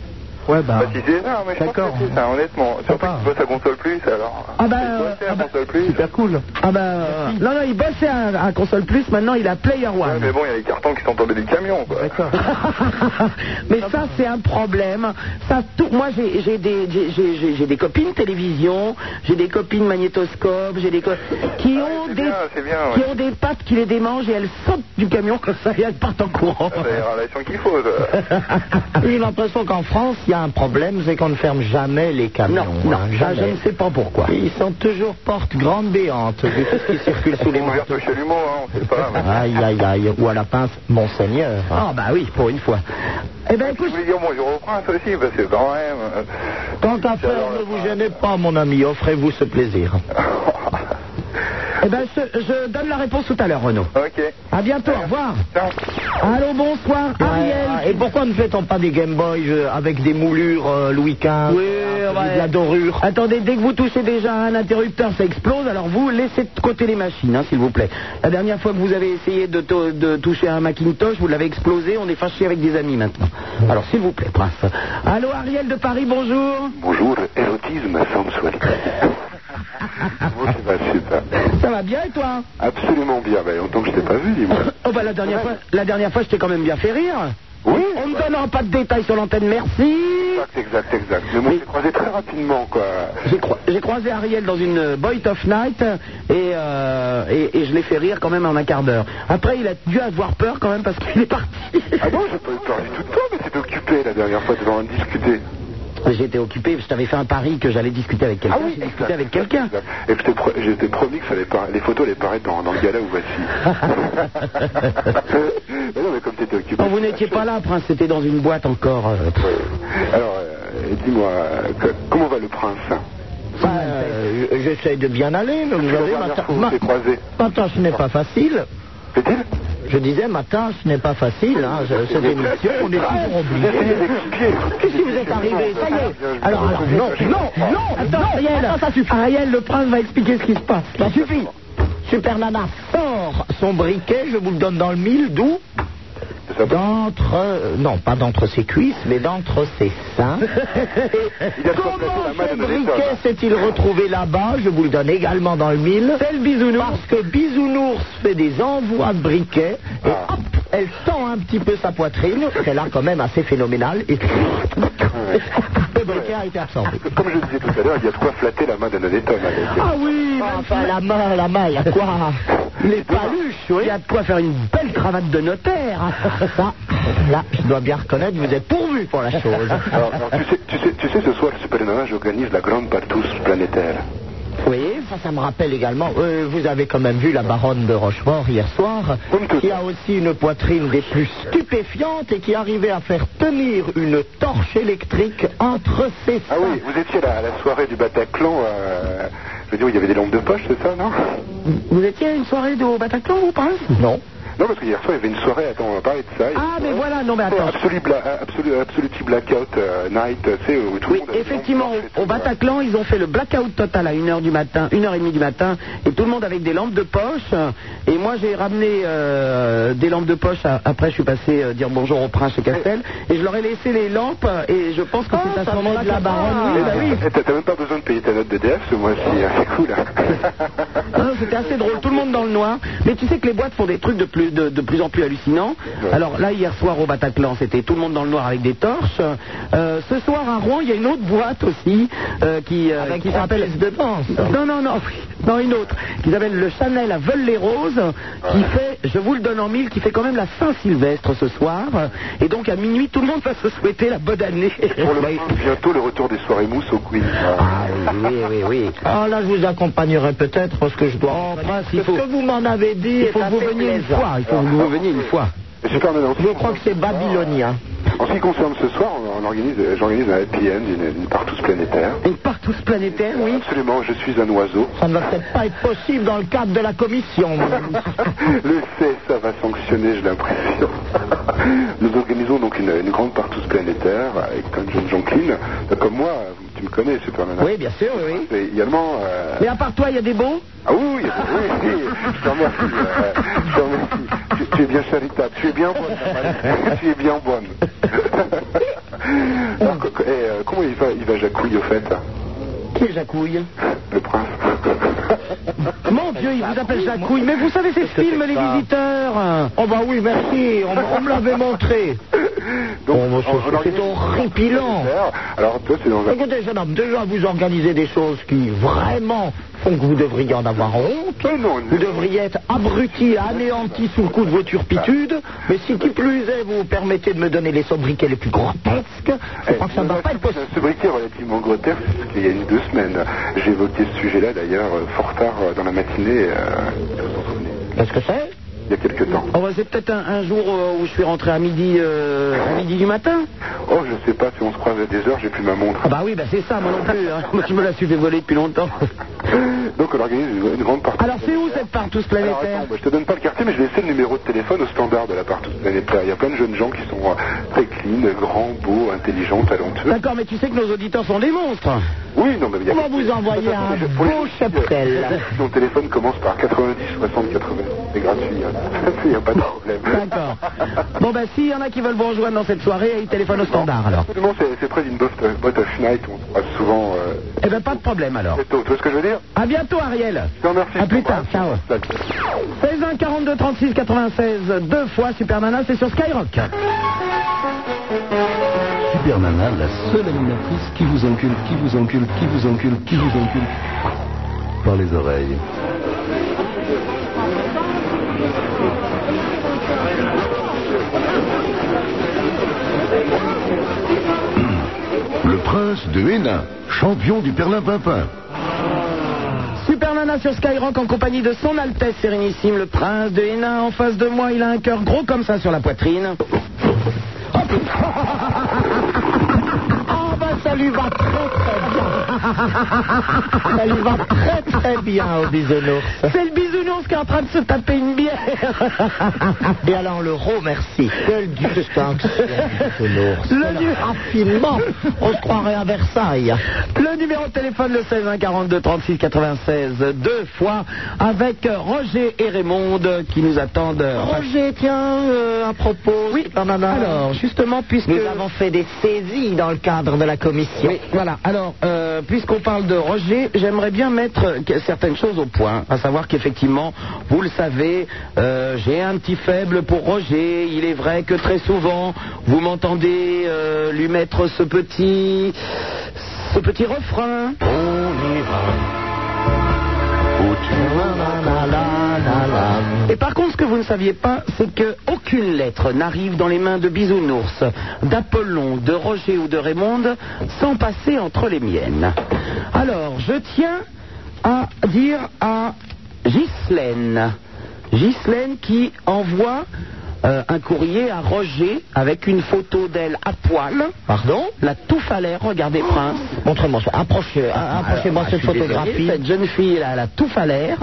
[SPEAKER 11] Ouais, bah.
[SPEAKER 12] Bah si c'est ça, mais je pense que
[SPEAKER 11] D'accord.
[SPEAKER 12] c'est ça, honnêtement. Surtout
[SPEAKER 11] Sympa.
[SPEAKER 12] que toi, ça console plus, alors.
[SPEAKER 3] Ah bah,
[SPEAKER 12] Et toi,
[SPEAKER 3] euh,
[SPEAKER 12] c'est
[SPEAKER 3] ah
[SPEAKER 12] un
[SPEAKER 3] bah.
[SPEAKER 12] console plus.
[SPEAKER 11] Super cool.
[SPEAKER 3] Ah bah euh, non non il bossait à, à console plus maintenant il a player
[SPEAKER 12] Ouais,
[SPEAKER 3] one.
[SPEAKER 12] mais bon, il y a les cartons qui sont tombés du camion, quoi.
[SPEAKER 11] D'accord.
[SPEAKER 3] mais ça c'est un problème. Ça tout- moi j'ai j'ai des j'ai- j'ai j'ai- j'ai des copines télévision, j'ai des copines magnétoscope, j'ai des co- qui
[SPEAKER 12] Ah,
[SPEAKER 3] ont
[SPEAKER 12] c'est
[SPEAKER 3] des
[SPEAKER 12] bien, c'est bien, ouais.
[SPEAKER 3] qui ont des pattes qui les démangent et elles sautent du camion comme ça et elles partent en courant. Ah,
[SPEAKER 12] C'est les relations qu'il faut, ça.
[SPEAKER 3] J'ai l'impression qu'en France, il y a un problème, c'est qu'on ne ferme jamais les camions. Non, non, je ne sais pas pourquoi. Ils sont toujours porte grande béante vu tout ce qui circule sous les
[SPEAKER 12] On
[SPEAKER 3] manteaux.
[SPEAKER 12] ouvert chez l'humour, hein, on sait pas. mais-
[SPEAKER 3] Aïe, aïe, aïe, ou à la pince, Monseigneur. Ah, bah oui, pour une fois. Eh ben,
[SPEAKER 12] Je
[SPEAKER 3] écoute,
[SPEAKER 12] voulais dire bonjour au prince aussi, parce que quand même. euh,
[SPEAKER 3] tant qu'à faire,
[SPEAKER 12] j'adore
[SPEAKER 3] ne
[SPEAKER 12] le
[SPEAKER 3] vous
[SPEAKER 12] prince.
[SPEAKER 3] gênez pas, mon ami, offrez-vous ce plaisir. eh ben, je, je donne la réponse tout à l'heure, Renaud.
[SPEAKER 12] euh, Ok.
[SPEAKER 3] À bientôt, au revoir.
[SPEAKER 12] Ciao.
[SPEAKER 3] Allô, bonsoir, Ariel. et pourquoi ne fait-on pas des Game Boy euh, avec des moulures euh, Louis XV Oui, de la dorure. Attendez, dès que vous touchez déjà un interrupteur, ça explose. Alors vous, laissez de côté les machines, hein, s'il vous plaît. La dernière fois que vous avez essayé de, to- de toucher un Macintosh, vous l'avez explosé. On est fâché avec des amis maintenant. Alors s'il vous plaît, prince. Allô, Ariel de Paris, bonjour.
[SPEAKER 13] Bonjour, érotisme sans
[SPEAKER 12] Bon, c'est pas super.
[SPEAKER 3] Ça va bien et toi
[SPEAKER 12] Absolument bien, mais longtemps que je t'ai pas vu, dis-moi.
[SPEAKER 3] Oh bah la dernière fois, la dernière fois, je t'ai quand même bien fait rire.
[SPEAKER 12] Oui.
[SPEAKER 3] On ne donnera pas de détails sur l'antenne, merci.
[SPEAKER 12] Exact, exact, exact. Mais bon,
[SPEAKER 3] Oui.
[SPEAKER 12] j'ai croisé très rapidement, quoi.
[SPEAKER 3] J'ai croi- j'ai croisé Ariel dans une euh, Boit of Night et, euh, et, et je l'ai fait rire quand même en un quart d'heure. Après, il a dû avoir peur quand même parce qu'il est parti.
[SPEAKER 12] Ah bon, j'ai pas eu parlé tout le temps, mais t'étais occupé la dernière fois, t'étais en train de discuter.
[SPEAKER 3] J'étais occupé, je t'avais fait un pari que j'allais discuter avec quelqu'un. J'ai Ah discuté
[SPEAKER 12] exact,
[SPEAKER 3] avec
[SPEAKER 12] exact,
[SPEAKER 3] quelqu'un.
[SPEAKER 12] exact. Et puis je t'ai pro- je t'ai promis que ça allait para- les photos allaient paraître dans, dans le gala où voici. mais non, mais comme t'étais occupé.
[SPEAKER 3] Quand vous n'étiez pas là, Prince, c'était dans une boîte encore. euh, pff.
[SPEAKER 12] Alors, euh, dis-moi, euh, que- comment va le prince
[SPEAKER 3] Euh, J'essaye de bien aller, mais vous
[SPEAKER 12] la
[SPEAKER 3] savez, ma,
[SPEAKER 12] dernière
[SPEAKER 3] ta-
[SPEAKER 12] fois où
[SPEAKER 3] ma-
[SPEAKER 12] on s'est croisés.
[SPEAKER 3] ma tâche n'est pas facile.
[SPEAKER 12] Fait-il
[SPEAKER 3] Je disais, ma tâche n'est pas facile. Hein. Je- Cette émission, on est toujours
[SPEAKER 12] J'ai
[SPEAKER 3] obligé.
[SPEAKER 12] essayé d'expliquer.
[SPEAKER 3] Qu'est-ce qui vous est arrivé Ça y est Alors, alors, non, non, non Attends, Ariel, ça suffit. Ariel, le prince va expliquer ce qui se passe. Ça suffit Super Nana sort son briquet, je vous le donne dans le mille, d'où D'entre... euh, non, pas d'entre ses cuisses, mais d'entre ses seins.
[SPEAKER 12] Il a
[SPEAKER 3] Comment
[SPEAKER 12] surpris la main
[SPEAKER 3] ce
[SPEAKER 12] de Nelson.
[SPEAKER 3] briquet s'est-il retrouvé là-bas Je vous le donne également dans le mille. C'est le bisounours. Parce que bisounours fait des envois de briquet et
[SPEAKER 12] Ah.
[SPEAKER 3] hop, elle tend un petit peu sa poitrine, qu'elle a quand même assez phénoménale. Et...
[SPEAKER 12] Ah.
[SPEAKER 3] le briquet a été absorbé.
[SPEAKER 12] Comme je le disais tout à l'heure, il y a de quoi flatter la main d'un honnête homme. avec.
[SPEAKER 3] Ah oui
[SPEAKER 4] Oh,
[SPEAKER 3] Enfin, la main, la main, il y a quoi Les paluches, oui Il y a de quoi faire une belle cravate de notaire Ça, là, je dois bien reconnaître, vous êtes pourvu pour la chose.
[SPEAKER 12] Alors, alors, tu, sais, tu, sais, tu sais, ce soir, Super Nana, j'organise la grande partouze planétaire.
[SPEAKER 4] Oui, ça, ça me rappelle également, euh, vous avez quand même vu la baronne de Rochefort hier soir, qui a aussi une poitrine des plus stupéfiantes et qui arrivait à faire tenir une torche électrique entre ses
[SPEAKER 12] Ah oui, vous étiez là à la soirée du Bataclan. euh, je veux dire, où il y avait des lampes de poche, c'est ça, non
[SPEAKER 4] Vous étiez à une soirée de Bataclan, vous parlez Non.
[SPEAKER 12] Non, parce qu'hier soir, il y avait une soirée, attends, on va parler de ça.
[SPEAKER 4] Ah, mais voilà, non, mais attends.
[SPEAKER 12] Absolute, absolu, Absolute Blackout euh, Night, euh, tu sais, où tout le monde... avait des
[SPEAKER 3] Effectivement, au, au Bataclan, ils ont fait le blackout total à 1h du matin, 1h30 du matin, et tout le monde avec des lampes de poche. Et moi, j'ai ramené euh, des lampes de poche. à- Après, je suis passé euh, dire bonjour au prince et Castel, et je leur ai laissé les lampes, et je pense que c'est à ce moment-là que la baronne...
[SPEAKER 12] lampes.
[SPEAKER 3] Oui, bah oui.
[SPEAKER 12] Eh, t'as- T'as même pas besoin de payer ta note de DF ce mois-ci, hein, c'est cool.
[SPEAKER 3] Non, Hein, C'était assez drôle, tout le monde dans le noir. Mais tu sais que les boîtes font des trucs de plus, de, de plus en plus hallucinants. Alors là, hier soir au Bataclan, c'était tout le monde dans le noir avec des torches. Euh, ce soir à Rouen, il y a une autre boîte aussi euh, qui, euh, qui s'appelle... Non, non, non, oui. non, une autre, qui s'appelle le Chanel à Veul-les-Roses, qui fait, je vous le donne en mille, qui fait quand même la Saint-Sylvestre ce soir. Et donc à minuit, tout le monde va se souhaiter la bonne année.
[SPEAKER 12] Pour
[SPEAKER 4] bah,
[SPEAKER 12] le moment, bientôt le retour des soirées mousse au Queen. Ah
[SPEAKER 4] oui, oui, oui. Ah là, je vous accompagnerai peut-être parce que je
[SPEAKER 3] Oh,
[SPEAKER 4] dois. En prince, il faut. Ce que vous m'en avez dit,
[SPEAKER 3] Il faut que vous veniez une fois, il faut que vous veniez une fois.
[SPEAKER 4] Je crois que c'est babylonien.
[SPEAKER 12] hein. En ce qui concerne ce soir, on, on organise, euh, j'organise un happy end, une, une partouze planétaire.
[SPEAKER 3] Une partouze planétaire,
[SPEAKER 12] oui Absolument, je suis un oiseau.
[SPEAKER 4] Ça ne va peut-être pas être possible dans le cadre de la commission.
[SPEAKER 12] Le CSA va sanctionner, j'ai l'impression. Nous organisons donc une, une grande partouze planétaire euh, avec plein de jeunes gens clean. Euh, Comme moi, tu me connais, Superman.
[SPEAKER 4] Oui, bien sûr, oui.
[SPEAKER 12] Et également... euh,
[SPEAKER 3] Mais à part toi, il y a des beaux
[SPEAKER 12] Ah oui, oui, oui, oui, je te remercie. euh, je te remercie. Tu, tu es bien charitable, tu es bien bonne. Tamara. tu es bien bonne. Alors, co- co- eh, euh, comment il va, il va Jacouille au fait
[SPEAKER 4] Qui est Jacouille
[SPEAKER 12] Le prince.
[SPEAKER 3] Mon Dieu, il vous appelle Jacouille. Mais vous savez ces films, les visiteurs
[SPEAKER 4] Oh bah oui, merci, on, on me l'avait montré.
[SPEAKER 12] Donc,
[SPEAKER 4] Bon, bah, c'est-
[SPEAKER 12] on- on organise
[SPEAKER 4] c'est horripilant.
[SPEAKER 12] Alors, toi, c'est dans un...
[SPEAKER 4] Écoutez, jeune homme, déjà vous organisez des choses qui vraiment font que vous devriez en avoir
[SPEAKER 12] Oh,
[SPEAKER 4] honte. Vous devriez être abruti, anéanti sous le coup de vos turpitudes. Mais si qui plus est, vous vous permettez de me donner les sobriquets les plus grotesques, je crois que ça ne va pas être possible.
[SPEAKER 12] Eh, Ce briquet relativement grotesque, il y a une deux semaines. J'ai évoqué ce sujet-là d'ailleurs euh, fort tard euh, dans la matinée. euh,
[SPEAKER 4] Qu'est-ce que c'est
[SPEAKER 12] Il y a quelques temps.
[SPEAKER 3] Oh, bah, c'est peut-être un, un jour euh, où je suis rentré à midi, euh, à midi du matin.
[SPEAKER 12] Oh, je sais pas si on se croise à des heures, j'ai plus ma montre.
[SPEAKER 3] Ah bah oui, bah c'est ça, moi non plus. hein. Moi, je me la suis fait voler depuis longtemps.
[SPEAKER 12] Donc on organise une, une grande partie.
[SPEAKER 3] Alors c'est où cette partouze
[SPEAKER 12] Alors,
[SPEAKER 3] planétaire
[SPEAKER 12] attends, bah, je te donne pas le quartier, mais je vais laisser le numéro de téléphone au standard de la partie planétaire. Il y a plein de jeunes gens qui sont euh, très clean, grands, beaux, intelligents, talentueux.
[SPEAKER 3] D'accord, mais tu sais que nos auditeurs sont des monstres.
[SPEAKER 12] Oui, non, mais il y a.
[SPEAKER 4] On va vous envoyer un beau cheptel.
[SPEAKER 12] Mon téléphone commence par 90 60 80. C'est gratuit, hein. il n'y a pas de problème.
[SPEAKER 3] D'accord. Bon, bah s'il y en a qui veulent vous rejoindre dans cette soirée, ils téléphonent au standard alors.
[SPEAKER 12] Absolument, c'est- c'est près d'une euh, boîte, boîte à Schneid, on se passe souvent. Euh,
[SPEAKER 3] Eh ben pas de problème alors.
[SPEAKER 12] très tôt. Tu vois ce que je veux dire
[SPEAKER 3] À bientôt, Ariel.
[SPEAKER 12] Je te remercie.
[SPEAKER 3] À plus tard, ciao.
[SPEAKER 12] Salut.
[SPEAKER 3] 16 1 42 36 96 deux fois Super Nana, c'est sur Skyrock.
[SPEAKER 1] Super Nana, la seule animatrice qui vous encule, qui vous encule, qui vous encule, qui vous encule. Par les oreilles. Hmm. Le prince de Hénin, champion du Perlin-Pimpin.
[SPEAKER 3] Super Nana sur Skyrock en compagnie de son Altesse Sérénissime, le prince de Hénin. En face de moi, il a un cœur gros comme ça sur la poitrine.
[SPEAKER 4] Ah Oh, ben ça lui va très très bien. Ça lui va très très bien au bisounours.
[SPEAKER 3] C'est le bisounours qui est en train de se taper une bière.
[SPEAKER 4] Et alors le remercie. Quelle distinction, bisounours. Le Quel raffinement. On se croirait à Versailles.
[SPEAKER 3] Le numéro de téléphone, le 16 1 42 36 96, deux fois, avec Roger et Raymond qui nous attendent.
[SPEAKER 4] Roger, tiens, euh, à propos, oui.
[SPEAKER 3] Alors, justement, puisque...
[SPEAKER 4] hein. Nous avons fait des saisies dans le cadre de la commission.
[SPEAKER 3] Oui, voilà. Alors, euh, puisqu'on parle de Roger, j'aimerais bien mettre euh, que- certaines choses au point. À savoir qu'effectivement, vous le savez, euh, j'ai un petit faible pour Roger. Il est vrai que très souvent, vous m'entendez euh, lui mettre ce petit... ce petit refrain. Et par contre, ce que vous ne saviez pas, c'est qu'aucune lettre n'arrive dans les mains de Bisounours, d'Apollon, de Roger ou de Raymond sans passer entre les miennes. Alors, je tiens à dire à Ghislaine. Ghislaine qui envoie euh, un courrier à Roger avec une photo d'elle à poil. Pardon La touffe à l'air, regardez Prince. Ah, Montrez-moi ça, approchez,
[SPEAKER 4] approchez-moi cette photographie.
[SPEAKER 3] cette jeune fille là, elle a tout à l'air.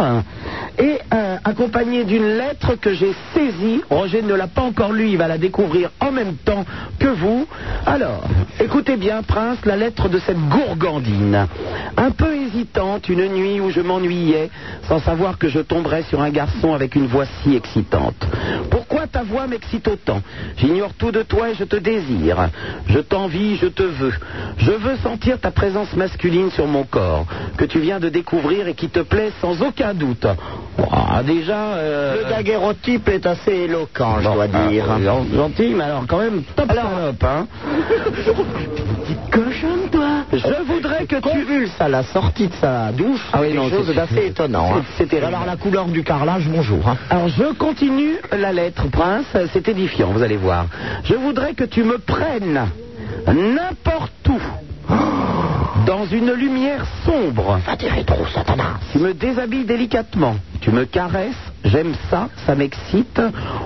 [SPEAKER 3] Et euh, accompagnée d'une lettre que j'ai saisie. Roger ne l'a pas encore lue, il va la découvrir en même temps que vous. Alors, écoutez bien, Prince, la lettre de cette gourgandine. Un peu hésitante, une nuit où je m'ennuyais, sans savoir que je tomberais sur un garçon avec une voix si excitante. Pourquoi ta voix m'excite autant J'ignore tout de toi et je te désire. Je t'envie, je te veux. Je veux sentir ta présence masculine sur mon corps, que tu viens de découvrir et qui te plaît sans aucun doute. Ah, déjà. ah,
[SPEAKER 4] Le daguerreotype est assez éloquent, je dois dire.
[SPEAKER 3] gentil, mais alors quand même, top salope, hein.
[SPEAKER 4] Petite cochonne, toi.
[SPEAKER 3] Je voudrais que tu
[SPEAKER 4] vulses à la sortie de sa douche. Ah oui, non, chose d'assez étonnant. hein.
[SPEAKER 3] c'est terrible.
[SPEAKER 4] Alors la couleur du carrelage, bonjour. hein.
[SPEAKER 3] Alors je continue la lettre, Prince. C'est édifiant, vous allez voir. Je voudrais que tu me prennes n'importe où. Dans une lumière sombre. Va tes rétro, Satanas. Tu me déshabilles délicatement. Tu me caresses. J'aime ça. Ça m'excite.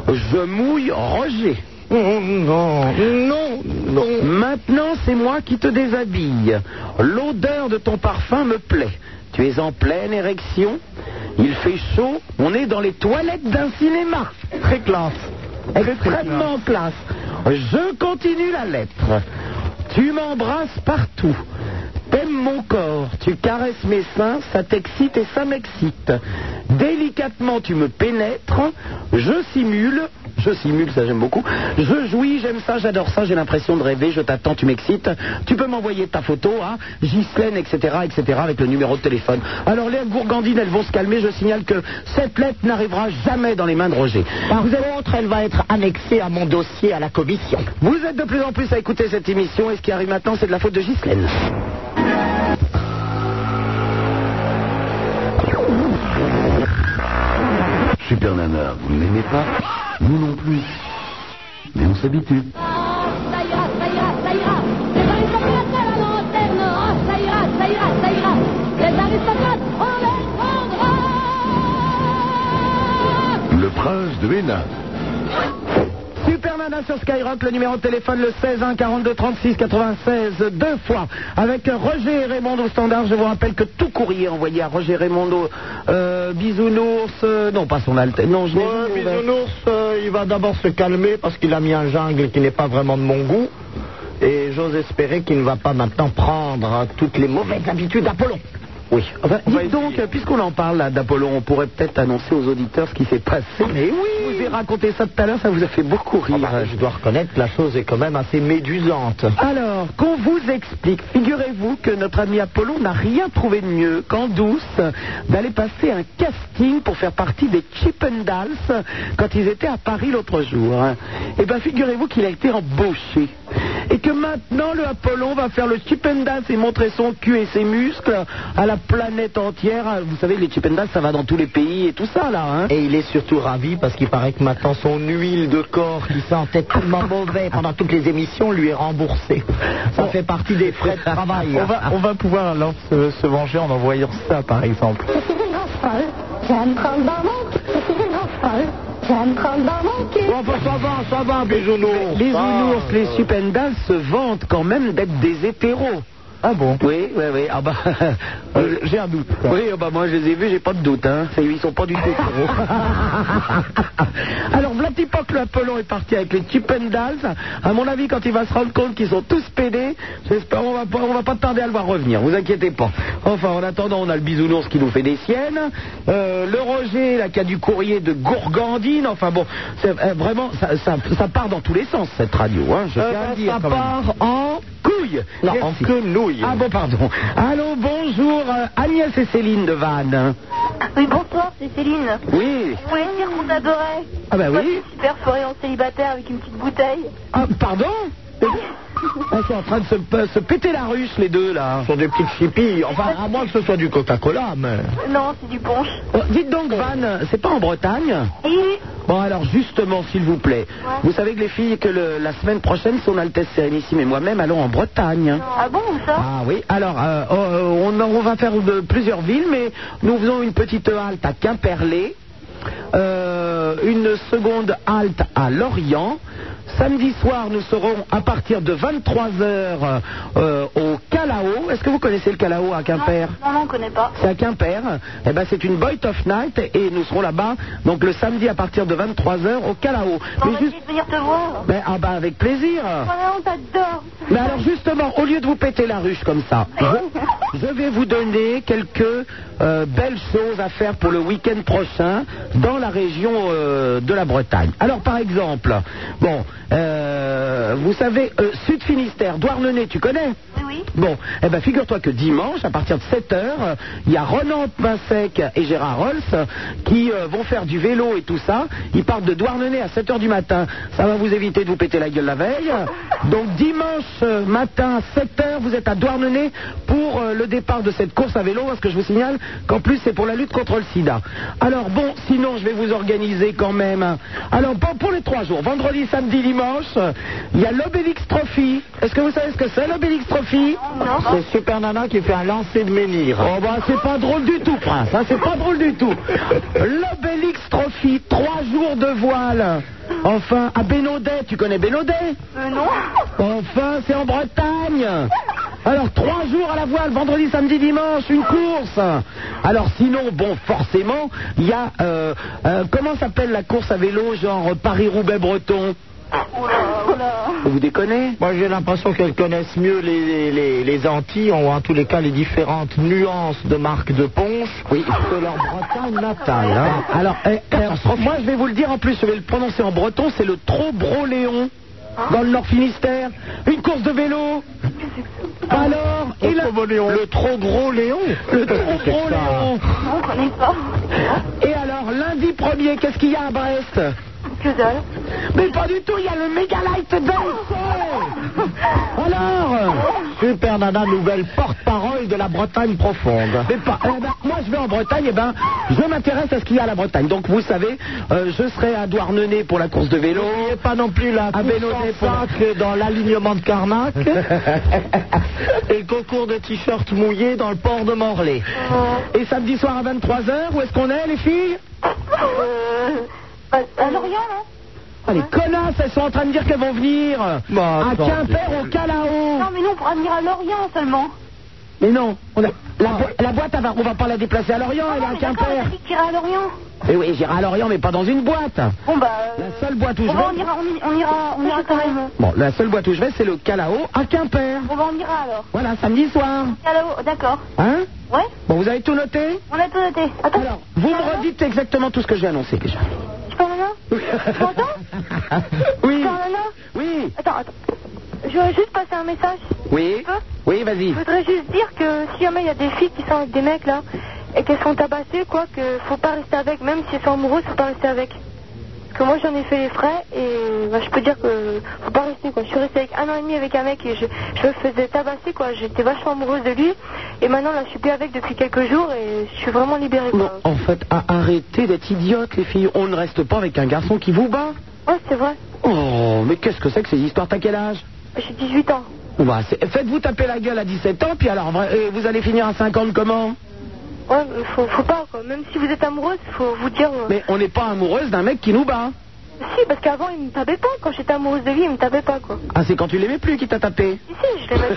[SPEAKER 3] Je mouille Roger. Non, non, non. Maintenant, c'est moi qui te déshabille. L'odeur de ton parfum me plaît. Tu es en pleine érection. Il fait chaud. On est dans les toilettes d'un cinéma. Très classe. Extrêmement classe. Je continue la lettre. Tu m'embrasses partout. T'aimes mon corps, tu caresses mes seins, ça t'excite et ça m'excite. Délicatement, tu me pénètres, je simule, je simule, ça j'aime beaucoup, je jouis, j'aime ça, j'adore ça, j'ai l'impression de rêver, je t'attends, tu m'excites. Tu peux m'envoyer ta photo à Ghislaine, etc., etc., avec le numéro de téléphone. Alors les gourgandines, elles vont se calmer, je signale que cette lettre n'arrivera jamais dans les mains de Roger.
[SPEAKER 4] Par contre, elle va être annexée à mon dossier à la commission.
[SPEAKER 3] Vous êtes de plus en plus à écouter cette émission et ce qui arrive maintenant, c'est de la faute de Ghislaine.
[SPEAKER 1] Super Nana, vous ne l'aimez pas Nous non plus. Mais on s'habitue. Le prince de Hénin.
[SPEAKER 3] Super Nana hein, sur Skyrock, le numéro de téléphone le 16 1 42 36 96 deux fois avec euh, Roger et Raymond au standard. Je vous rappelle que tout courrier envoyé à Roger Raymond euh, bisounours, euh, non pas son alter, non je n'ai
[SPEAKER 4] Ouais, Bisounours, euh, il va d'abord se calmer parce qu'il a mis un jungle qui n'est pas vraiment de mon goût. Et j'ose espérer qu'il ne va pas maintenant prendre hein, toutes les mauvaises habitudes d'Apollon.
[SPEAKER 3] Oui. Enfin, dites donc, euh, puisqu'on en parle là d'Apollon, on pourrait peut-être annoncer aux auditeurs ce qui s'est passé. Mais oui Ah bah, Je vous ai raconté ça tout à l'heure, ça vous a fait beaucoup rire.
[SPEAKER 4] Je dois reconnaître que la chose est quand même assez médusante.
[SPEAKER 3] Alors, qu'on vous explique, figurez-vous que notre ami Apollon n'a rien trouvé de mieux qu'en douce d'aller passer un casting pour faire partie des Chippendals quand ils étaient à Paris l'autre jour. Eh bien, figurez-vous qu'il a été embauché. Et que maintenant, le Apollon va faire le Chippendals et montrer son cul et ses muscles à la planète entière. Ah, Vous savez, les Chippendals, ça va dans tous les pays et tout ça, là. Hein
[SPEAKER 4] Et il est surtout ravi parce qu'il paraît que maintenant son huile de corps qui sentait tellement
[SPEAKER 3] Ah,
[SPEAKER 4] mauvais pendant toutes les émissions lui est remboursée. Ça fait partie des frais de travail.
[SPEAKER 8] On va, on va pouvoir alors se, se venger en envoyant ça, par exemple.
[SPEAKER 4] Bon, bah, ça va, ça va, bisounours.
[SPEAKER 3] Les
[SPEAKER 4] ça.
[SPEAKER 8] Ah.
[SPEAKER 3] bisounours, les Supendals se vantent quand même d'être des hétéros.
[SPEAKER 8] Ah bon
[SPEAKER 3] Oui, oui, oui. Ah bah,
[SPEAKER 8] Euh, J'ai un doute. quoi.
[SPEAKER 3] oui, ah bah moi je les ai vus, j'ai pas de doute. Hein. C'est- Ils sont pas du tout hétéros. Alors, Vladipoc le Apollon est parti avec les Supendals. À mon avis, quand il va se rendre compte qu'ils sont tous pédés, j'espère on va pas, on va pas tarder à le voir revenir. Vous inquiétez pas. Enfin, en attendant, on a le bisounours qui nous fait des siennes. Euh, le Roger, là, qui a du courrier de Gourgandine. Enfin bon, c'est euh, vraiment, ça, ça- ça part dans tous les sens cette radio. Hein, je
[SPEAKER 4] Euh,
[SPEAKER 3] tiens à
[SPEAKER 4] ben,
[SPEAKER 3] le dire,
[SPEAKER 4] ça
[SPEAKER 3] quand même.
[SPEAKER 4] part
[SPEAKER 3] en couille.
[SPEAKER 4] Non,
[SPEAKER 3] Merci.
[SPEAKER 4] en quenouille.
[SPEAKER 3] Ah bon, pardon. Allô, bonjour, euh, Agnès et Céline de Vannes.
[SPEAKER 10] Oui, bonsoir, c'est Céline.
[SPEAKER 3] Oui.
[SPEAKER 10] Je voulais dire qu'on t'adorait.
[SPEAKER 3] Ah bah
[SPEAKER 10] Toi,
[SPEAKER 3] oui.
[SPEAKER 10] t'es Super soirée en célibataire avec une petite bouteille.
[SPEAKER 3] Ah, pardon Ils sont en train de se, pe- se péter la ruche, les deux, là. Ce sont des petites chipilles. Enfin, à moins que ce soit du Coca-Cola, mais...
[SPEAKER 10] Non, c'est du punch.
[SPEAKER 3] Euh, dites donc, Van, c'est pas en Bretagne Bon, alors, justement, s'il vous plaît. Vous savez que les filles, que le- la semaine prochaine, son Altesse Sérénissime et moi-même allons en Bretagne.
[SPEAKER 10] Ah bon, ça
[SPEAKER 3] Ah oui, alors euh, oh, euh, on, en- on va faire de plusieurs villes, mais nous faisons une petite halte à Quimperlé, euh, une seconde halte à Lorient. Samedi soir, nous serons à partir de 23h au Calao. Est-ce que vous connaissez le Calao à Quimper
[SPEAKER 10] Non, non, Ah, on connaît pas.
[SPEAKER 3] c'est à Quimper. Eh ben, c'est une Boy of Night et nous serons là-bas donc le samedi à partir de 23h au Calao.
[SPEAKER 10] On
[SPEAKER 3] Mais
[SPEAKER 10] va
[SPEAKER 3] juste...
[SPEAKER 10] essayer de venir te voir.
[SPEAKER 3] Ben, ah ben, avec plaisir.
[SPEAKER 10] Ah, Oh on t'adore.
[SPEAKER 3] Mais alors justement, au lieu de vous péter la ruche comme ça, je, je vais vous donner quelques euh, belles choses à faire pour le week-end prochain dans la région euh, de la Bretagne. Alors par exemple, bon, euh, vous savez, euh, Sud Finistère, Douarnenez, tu connais
[SPEAKER 10] Oui.
[SPEAKER 3] Bon, eh ben figure-toi que dimanche, à partir de 7 heures, il y a Ronan Pinsec et Gérard Rolls qui euh, vont faire du vélo et tout ça. Ils partent de Douarnenez à 7 heures du matin. Ça va vous éviter de vous péter la gueule la veille. Donc dimanche euh, matin, 7 heures, vous êtes à Douarnenez pour euh, le départ de cette course à vélo. Parce que je vous signale qu'en plus, c'est pour la lutte contre le sida. Alors bon, sinon, je vais vous organiser quand même. un- Alors bon, pour les trois jours, vendredi, samedi, dimanche, euh, il y a l'Obélix Trophy. Est-ce que vous savez ce que c'est l'Obélix Trophy C'est Super Nana qui fait un lancer de menhir. Oh bah c'est pas drôle du tout, Prince. hein, c'est pas drôle du tout. L'Obélix Trophy, trois jours de voile. Enfin, à Bénodet, tu connais Bénodet
[SPEAKER 10] Euh, non.
[SPEAKER 3] Enfin, c'est en Bretagne. Alors, trois jours à la voile, vendredi, samedi, dimanche, une course. Alors, sinon, bon, forcément, il y a. euh, euh, comment s'appelle la course à vélo, genre Paris-Roubaix-Breton
[SPEAKER 10] Oh
[SPEAKER 3] Vous déconnez
[SPEAKER 4] Moi j'ai l'impression qu'elles connaissent mieux les, les, les- les Antilles, ou en tous les cas les différentes nuances de marque de ponche que leur Bretagne natale. hein.
[SPEAKER 3] Alors, eh, catastrophe. moi, je vais vous le dire en plus, je vais le prononcer en breton, c'est le Trobroléon, dans le Nord Finistère. Une course de vélo. Alors, et la- le trop gros Léon, le trop gros Léon.
[SPEAKER 10] Non, on connaît pas.
[SPEAKER 3] Et alors, lundi premier, qu'est-ce qu'il y a à Brest
[SPEAKER 10] Que dalle.
[SPEAKER 3] Mais pas du tout, il y a le Mega Light Dance Alors Super Nana, nouvelle porte-parole de la Bretagne profonde. Mais pas, eh ben, moi je vais en Bretagne, et ben, je m'intéresse à ce qu'il y a à la Bretagne. Donc vous savez, euh, je serai à Douarnenez pour la course de vélo.
[SPEAKER 4] N'oubliez pas non plus la
[SPEAKER 3] Ah,
[SPEAKER 4] course
[SPEAKER 3] ben, non,
[SPEAKER 4] en
[SPEAKER 3] c'est pas-
[SPEAKER 4] sac dans l'alignement de Carnac et le concours de t-shirts mouillés dans le port de Morlaix.
[SPEAKER 3] Et samedi soir à 23h, où est-ce qu'on est les filles
[SPEAKER 10] Euh, à, à Lorient, non
[SPEAKER 3] Ah, Les connasses, elles sont en train de dire qu'elles vont venir À
[SPEAKER 4] attendez.
[SPEAKER 3] Quimper, au Calao
[SPEAKER 10] Non, mais non, on pourra venir à Lorient seulement.
[SPEAKER 3] Mais non, on a- la, bo- la boîte, elle va- on va pas la déplacer à Lorient, elle est
[SPEAKER 10] Ah,
[SPEAKER 3] à
[SPEAKER 10] mais d'accord,
[SPEAKER 3] Quimper
[SPEAKER 10] on a dit qu'il irait à Lorient.
[SPEAKER 3] Mais oui, j'irai à Lorient, mais pas dans une boîte.
[SPEAKER 10] Bon, bah. euh,
[SPEAKER 3] La seule boîte où je
[SPEAKER 10] on, va, on
[SPEAKER 3] vais.
[SPEAKER 10] ira, on, i- on ira, on ira quand même.
[SPEAKER 3] Bon, la seule boîte où je vais, c'est le Calao à Quimper.
[SPEAKER 10] On va, on ira alors.
[SPEAKER 3] Voilà, samedi soir.
[SPEAKER 10] Allô, d'accord.
[SPEAKER 3] Hein
[SPEAKER 10] Ouais,
[SPEAKER 3] Bon, vous avez tout noté
[SPEAKER 10] on a tout noté. Attends.
[SPEAKER 3] Vous me redites exactement tout ce que j'ai annoncé déjà.
[SPEAKER 10] Super Nana Tu m'entends
[SPEAKER 3] Oui.
[SPEAKER 10] Super Nana
[SPEAKER 3] Oui.
[SPEAKER 10] Attends, attends. Je veux juste passer un message.
[SPEAKER 3] Oui.
[SPEAKER 10] Ah.
[SPEAKER 3] Oui, vas-y.
[SPEAKER 10] Je voudrais juste dire que si jamais il y a des filles qui sont avec des mecs là et qu'elles sont tabassées, quoi, que faut pas rester avec, même si elles sont amoureuses, faut pas rester avec. Parce que moi j'en ai fait les frais et bah, je peux dire que faut pas rester quoi. Je suis restée avec un an et demi avec un mec et je, je me faisais tabasser quoi. J'étais vachement amoureuse de lui et maintenant là je suis plus avec depuis quelques jours et je suis vraiment libérée quoi.
[SPEAKER 3] En fait, à arrêter d'être idiote, les filles. On ne reste pas avec un garçon qui vous bat.
[SPEAKER 10] Ouais, c'est vrai.
[SPEAKER 3] Oh, mais qu'est-ce que c'est que ces histoires T'as quel âge
[SPEAKER 10] J'ai 18 ans.
[SPEAKER 3] Bah, c'est- Faites-vous taper la gueule à 17 ans, puis alors, vra- euh, vous allez finir à 50 comment
[SPEAKER 10] Ouais, mais faut, faut pas quoi. Même si vous êtes amoureuse, faut vous dire. euh,
[SPEAKER 3] Mais on n'est pas amoureuse d'un mec qui nous bat.
[SPEAKER 10] Si, parce qu'avant il me tapait pas. Quand j'étais amoureuse de lui, il me tapait pas quoi.
[SPEAKER 3] Ah, c'est quand tu l'aimais plus qui t'a tapé.
[SPEAKER 10] Si, si, je l'aimais.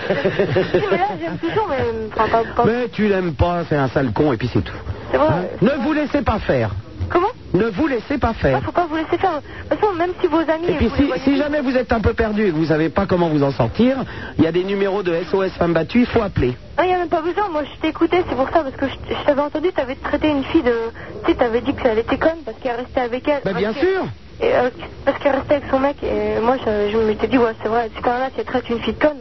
[SPEAKER 10] si, mais là, j'aime toujours, mais. Enfin, pas. pas-
[SPEAKER 3] Mais tu l'aimes pas, c'est un sale con et puis c'est tout.
[SPEAKER 10] C'est vrai.
[SPEAKER 3] Hein ne vous laissez pas faire.
[SPEAKER 10] Comment
[SPEAKER 3] Ne vous laissez pas
[SPEAKER 10] Ah,
[SPEAKER 3] faire.
[SPEAKER 10] Faut pas vous laisser faire. De toute façon, même si vos amis.
[SPEAKER 3] Et puis
[SPEAKER 10] vous les
[SPEAKER 3] si,
[SPEAKER 10] voyez-
[SPEAKER 3] si jamais vous êtes un peu perdu et que vous savez pas comment vous en sortir, il y a des numéros de SOS femmes battues, il faut appeler.
[SPEAKER 10] Non, Ah, y a même pas besoin. Moi, je t'écoutais, c'est pour ça, parce que je, je t'avais entendu, t'avais traité une fille de. Tu sais, t'avais dit qu'elle était conne parce qu'elle restait avec elle.
[SPEAKER 3] Bah, bien
[SPEAKER 10] Parce que-
[SPEAKER 3] sûr.
[SPEAKER 10] Et, euh, parce qu'elle restait avec son mec. Et moi, je, je m'étais dit, ouais, c'est vrai, c'est quand même là, si elle traite une fille de conne.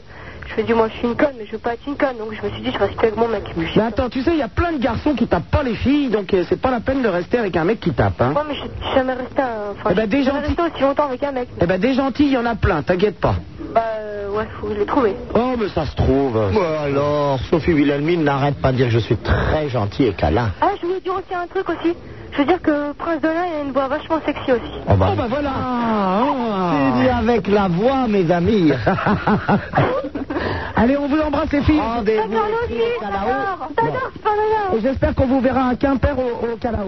[SPEAKER 10] Je me dis, moi, je suis une conne, mais je veux pas être une conne. Donc, je me suis dit, je reste avec mon mec. Moi,
[SPEAKER 3] Mais attends, tu sais, il y a plein de garçons qui tapent pas les filles, donc euh, c'est pas la peine de rester avec un mec qui tape. Hein.
[SPEAKER 10] mais je suis jamais restée. à- Enfin,
[SPEAKER 3] Eh ben,
[SPEAKER 10] je suis
[SPEAKER 3] des
[SPEAKER 10] jamais
[SPEAKER 3] gentils. ben-
[SPEAKER 10] restée aussi longtemps avec un mec.
[SPEAKER 3] Eh ben des gentils, il y en a plein, t'inquiète pas.
[SPEAKER 10] Bah, euh, ouais, faut les trouver.
[SPEAKER 4] Oh, mais ça se trouve. alors, Sophie Wilhelmine n'arrête pas de dire que je suis très gentil et câlin.
[SPEAKER 10] Ah, je voulais dire aussi un truc aussi. Je veux dire que Prince Dolin, il a une voix vachement sexy aussi.
[SPEAKER 4] Oh, bah.
[SPEAKER 3] ben voilà Ah.
[SPEAKER 4] C'est dit avec la voix, mes amis.
[SPEAKER 3] Allez, on vous embrasse les filles.
[SPEAKER 4] Rendez-vous.
[SPEAKER 10] T'adores, t'adores,
[SPEAKER 3] Et j'espère qu'on vous verra à Quimper au, au Calao.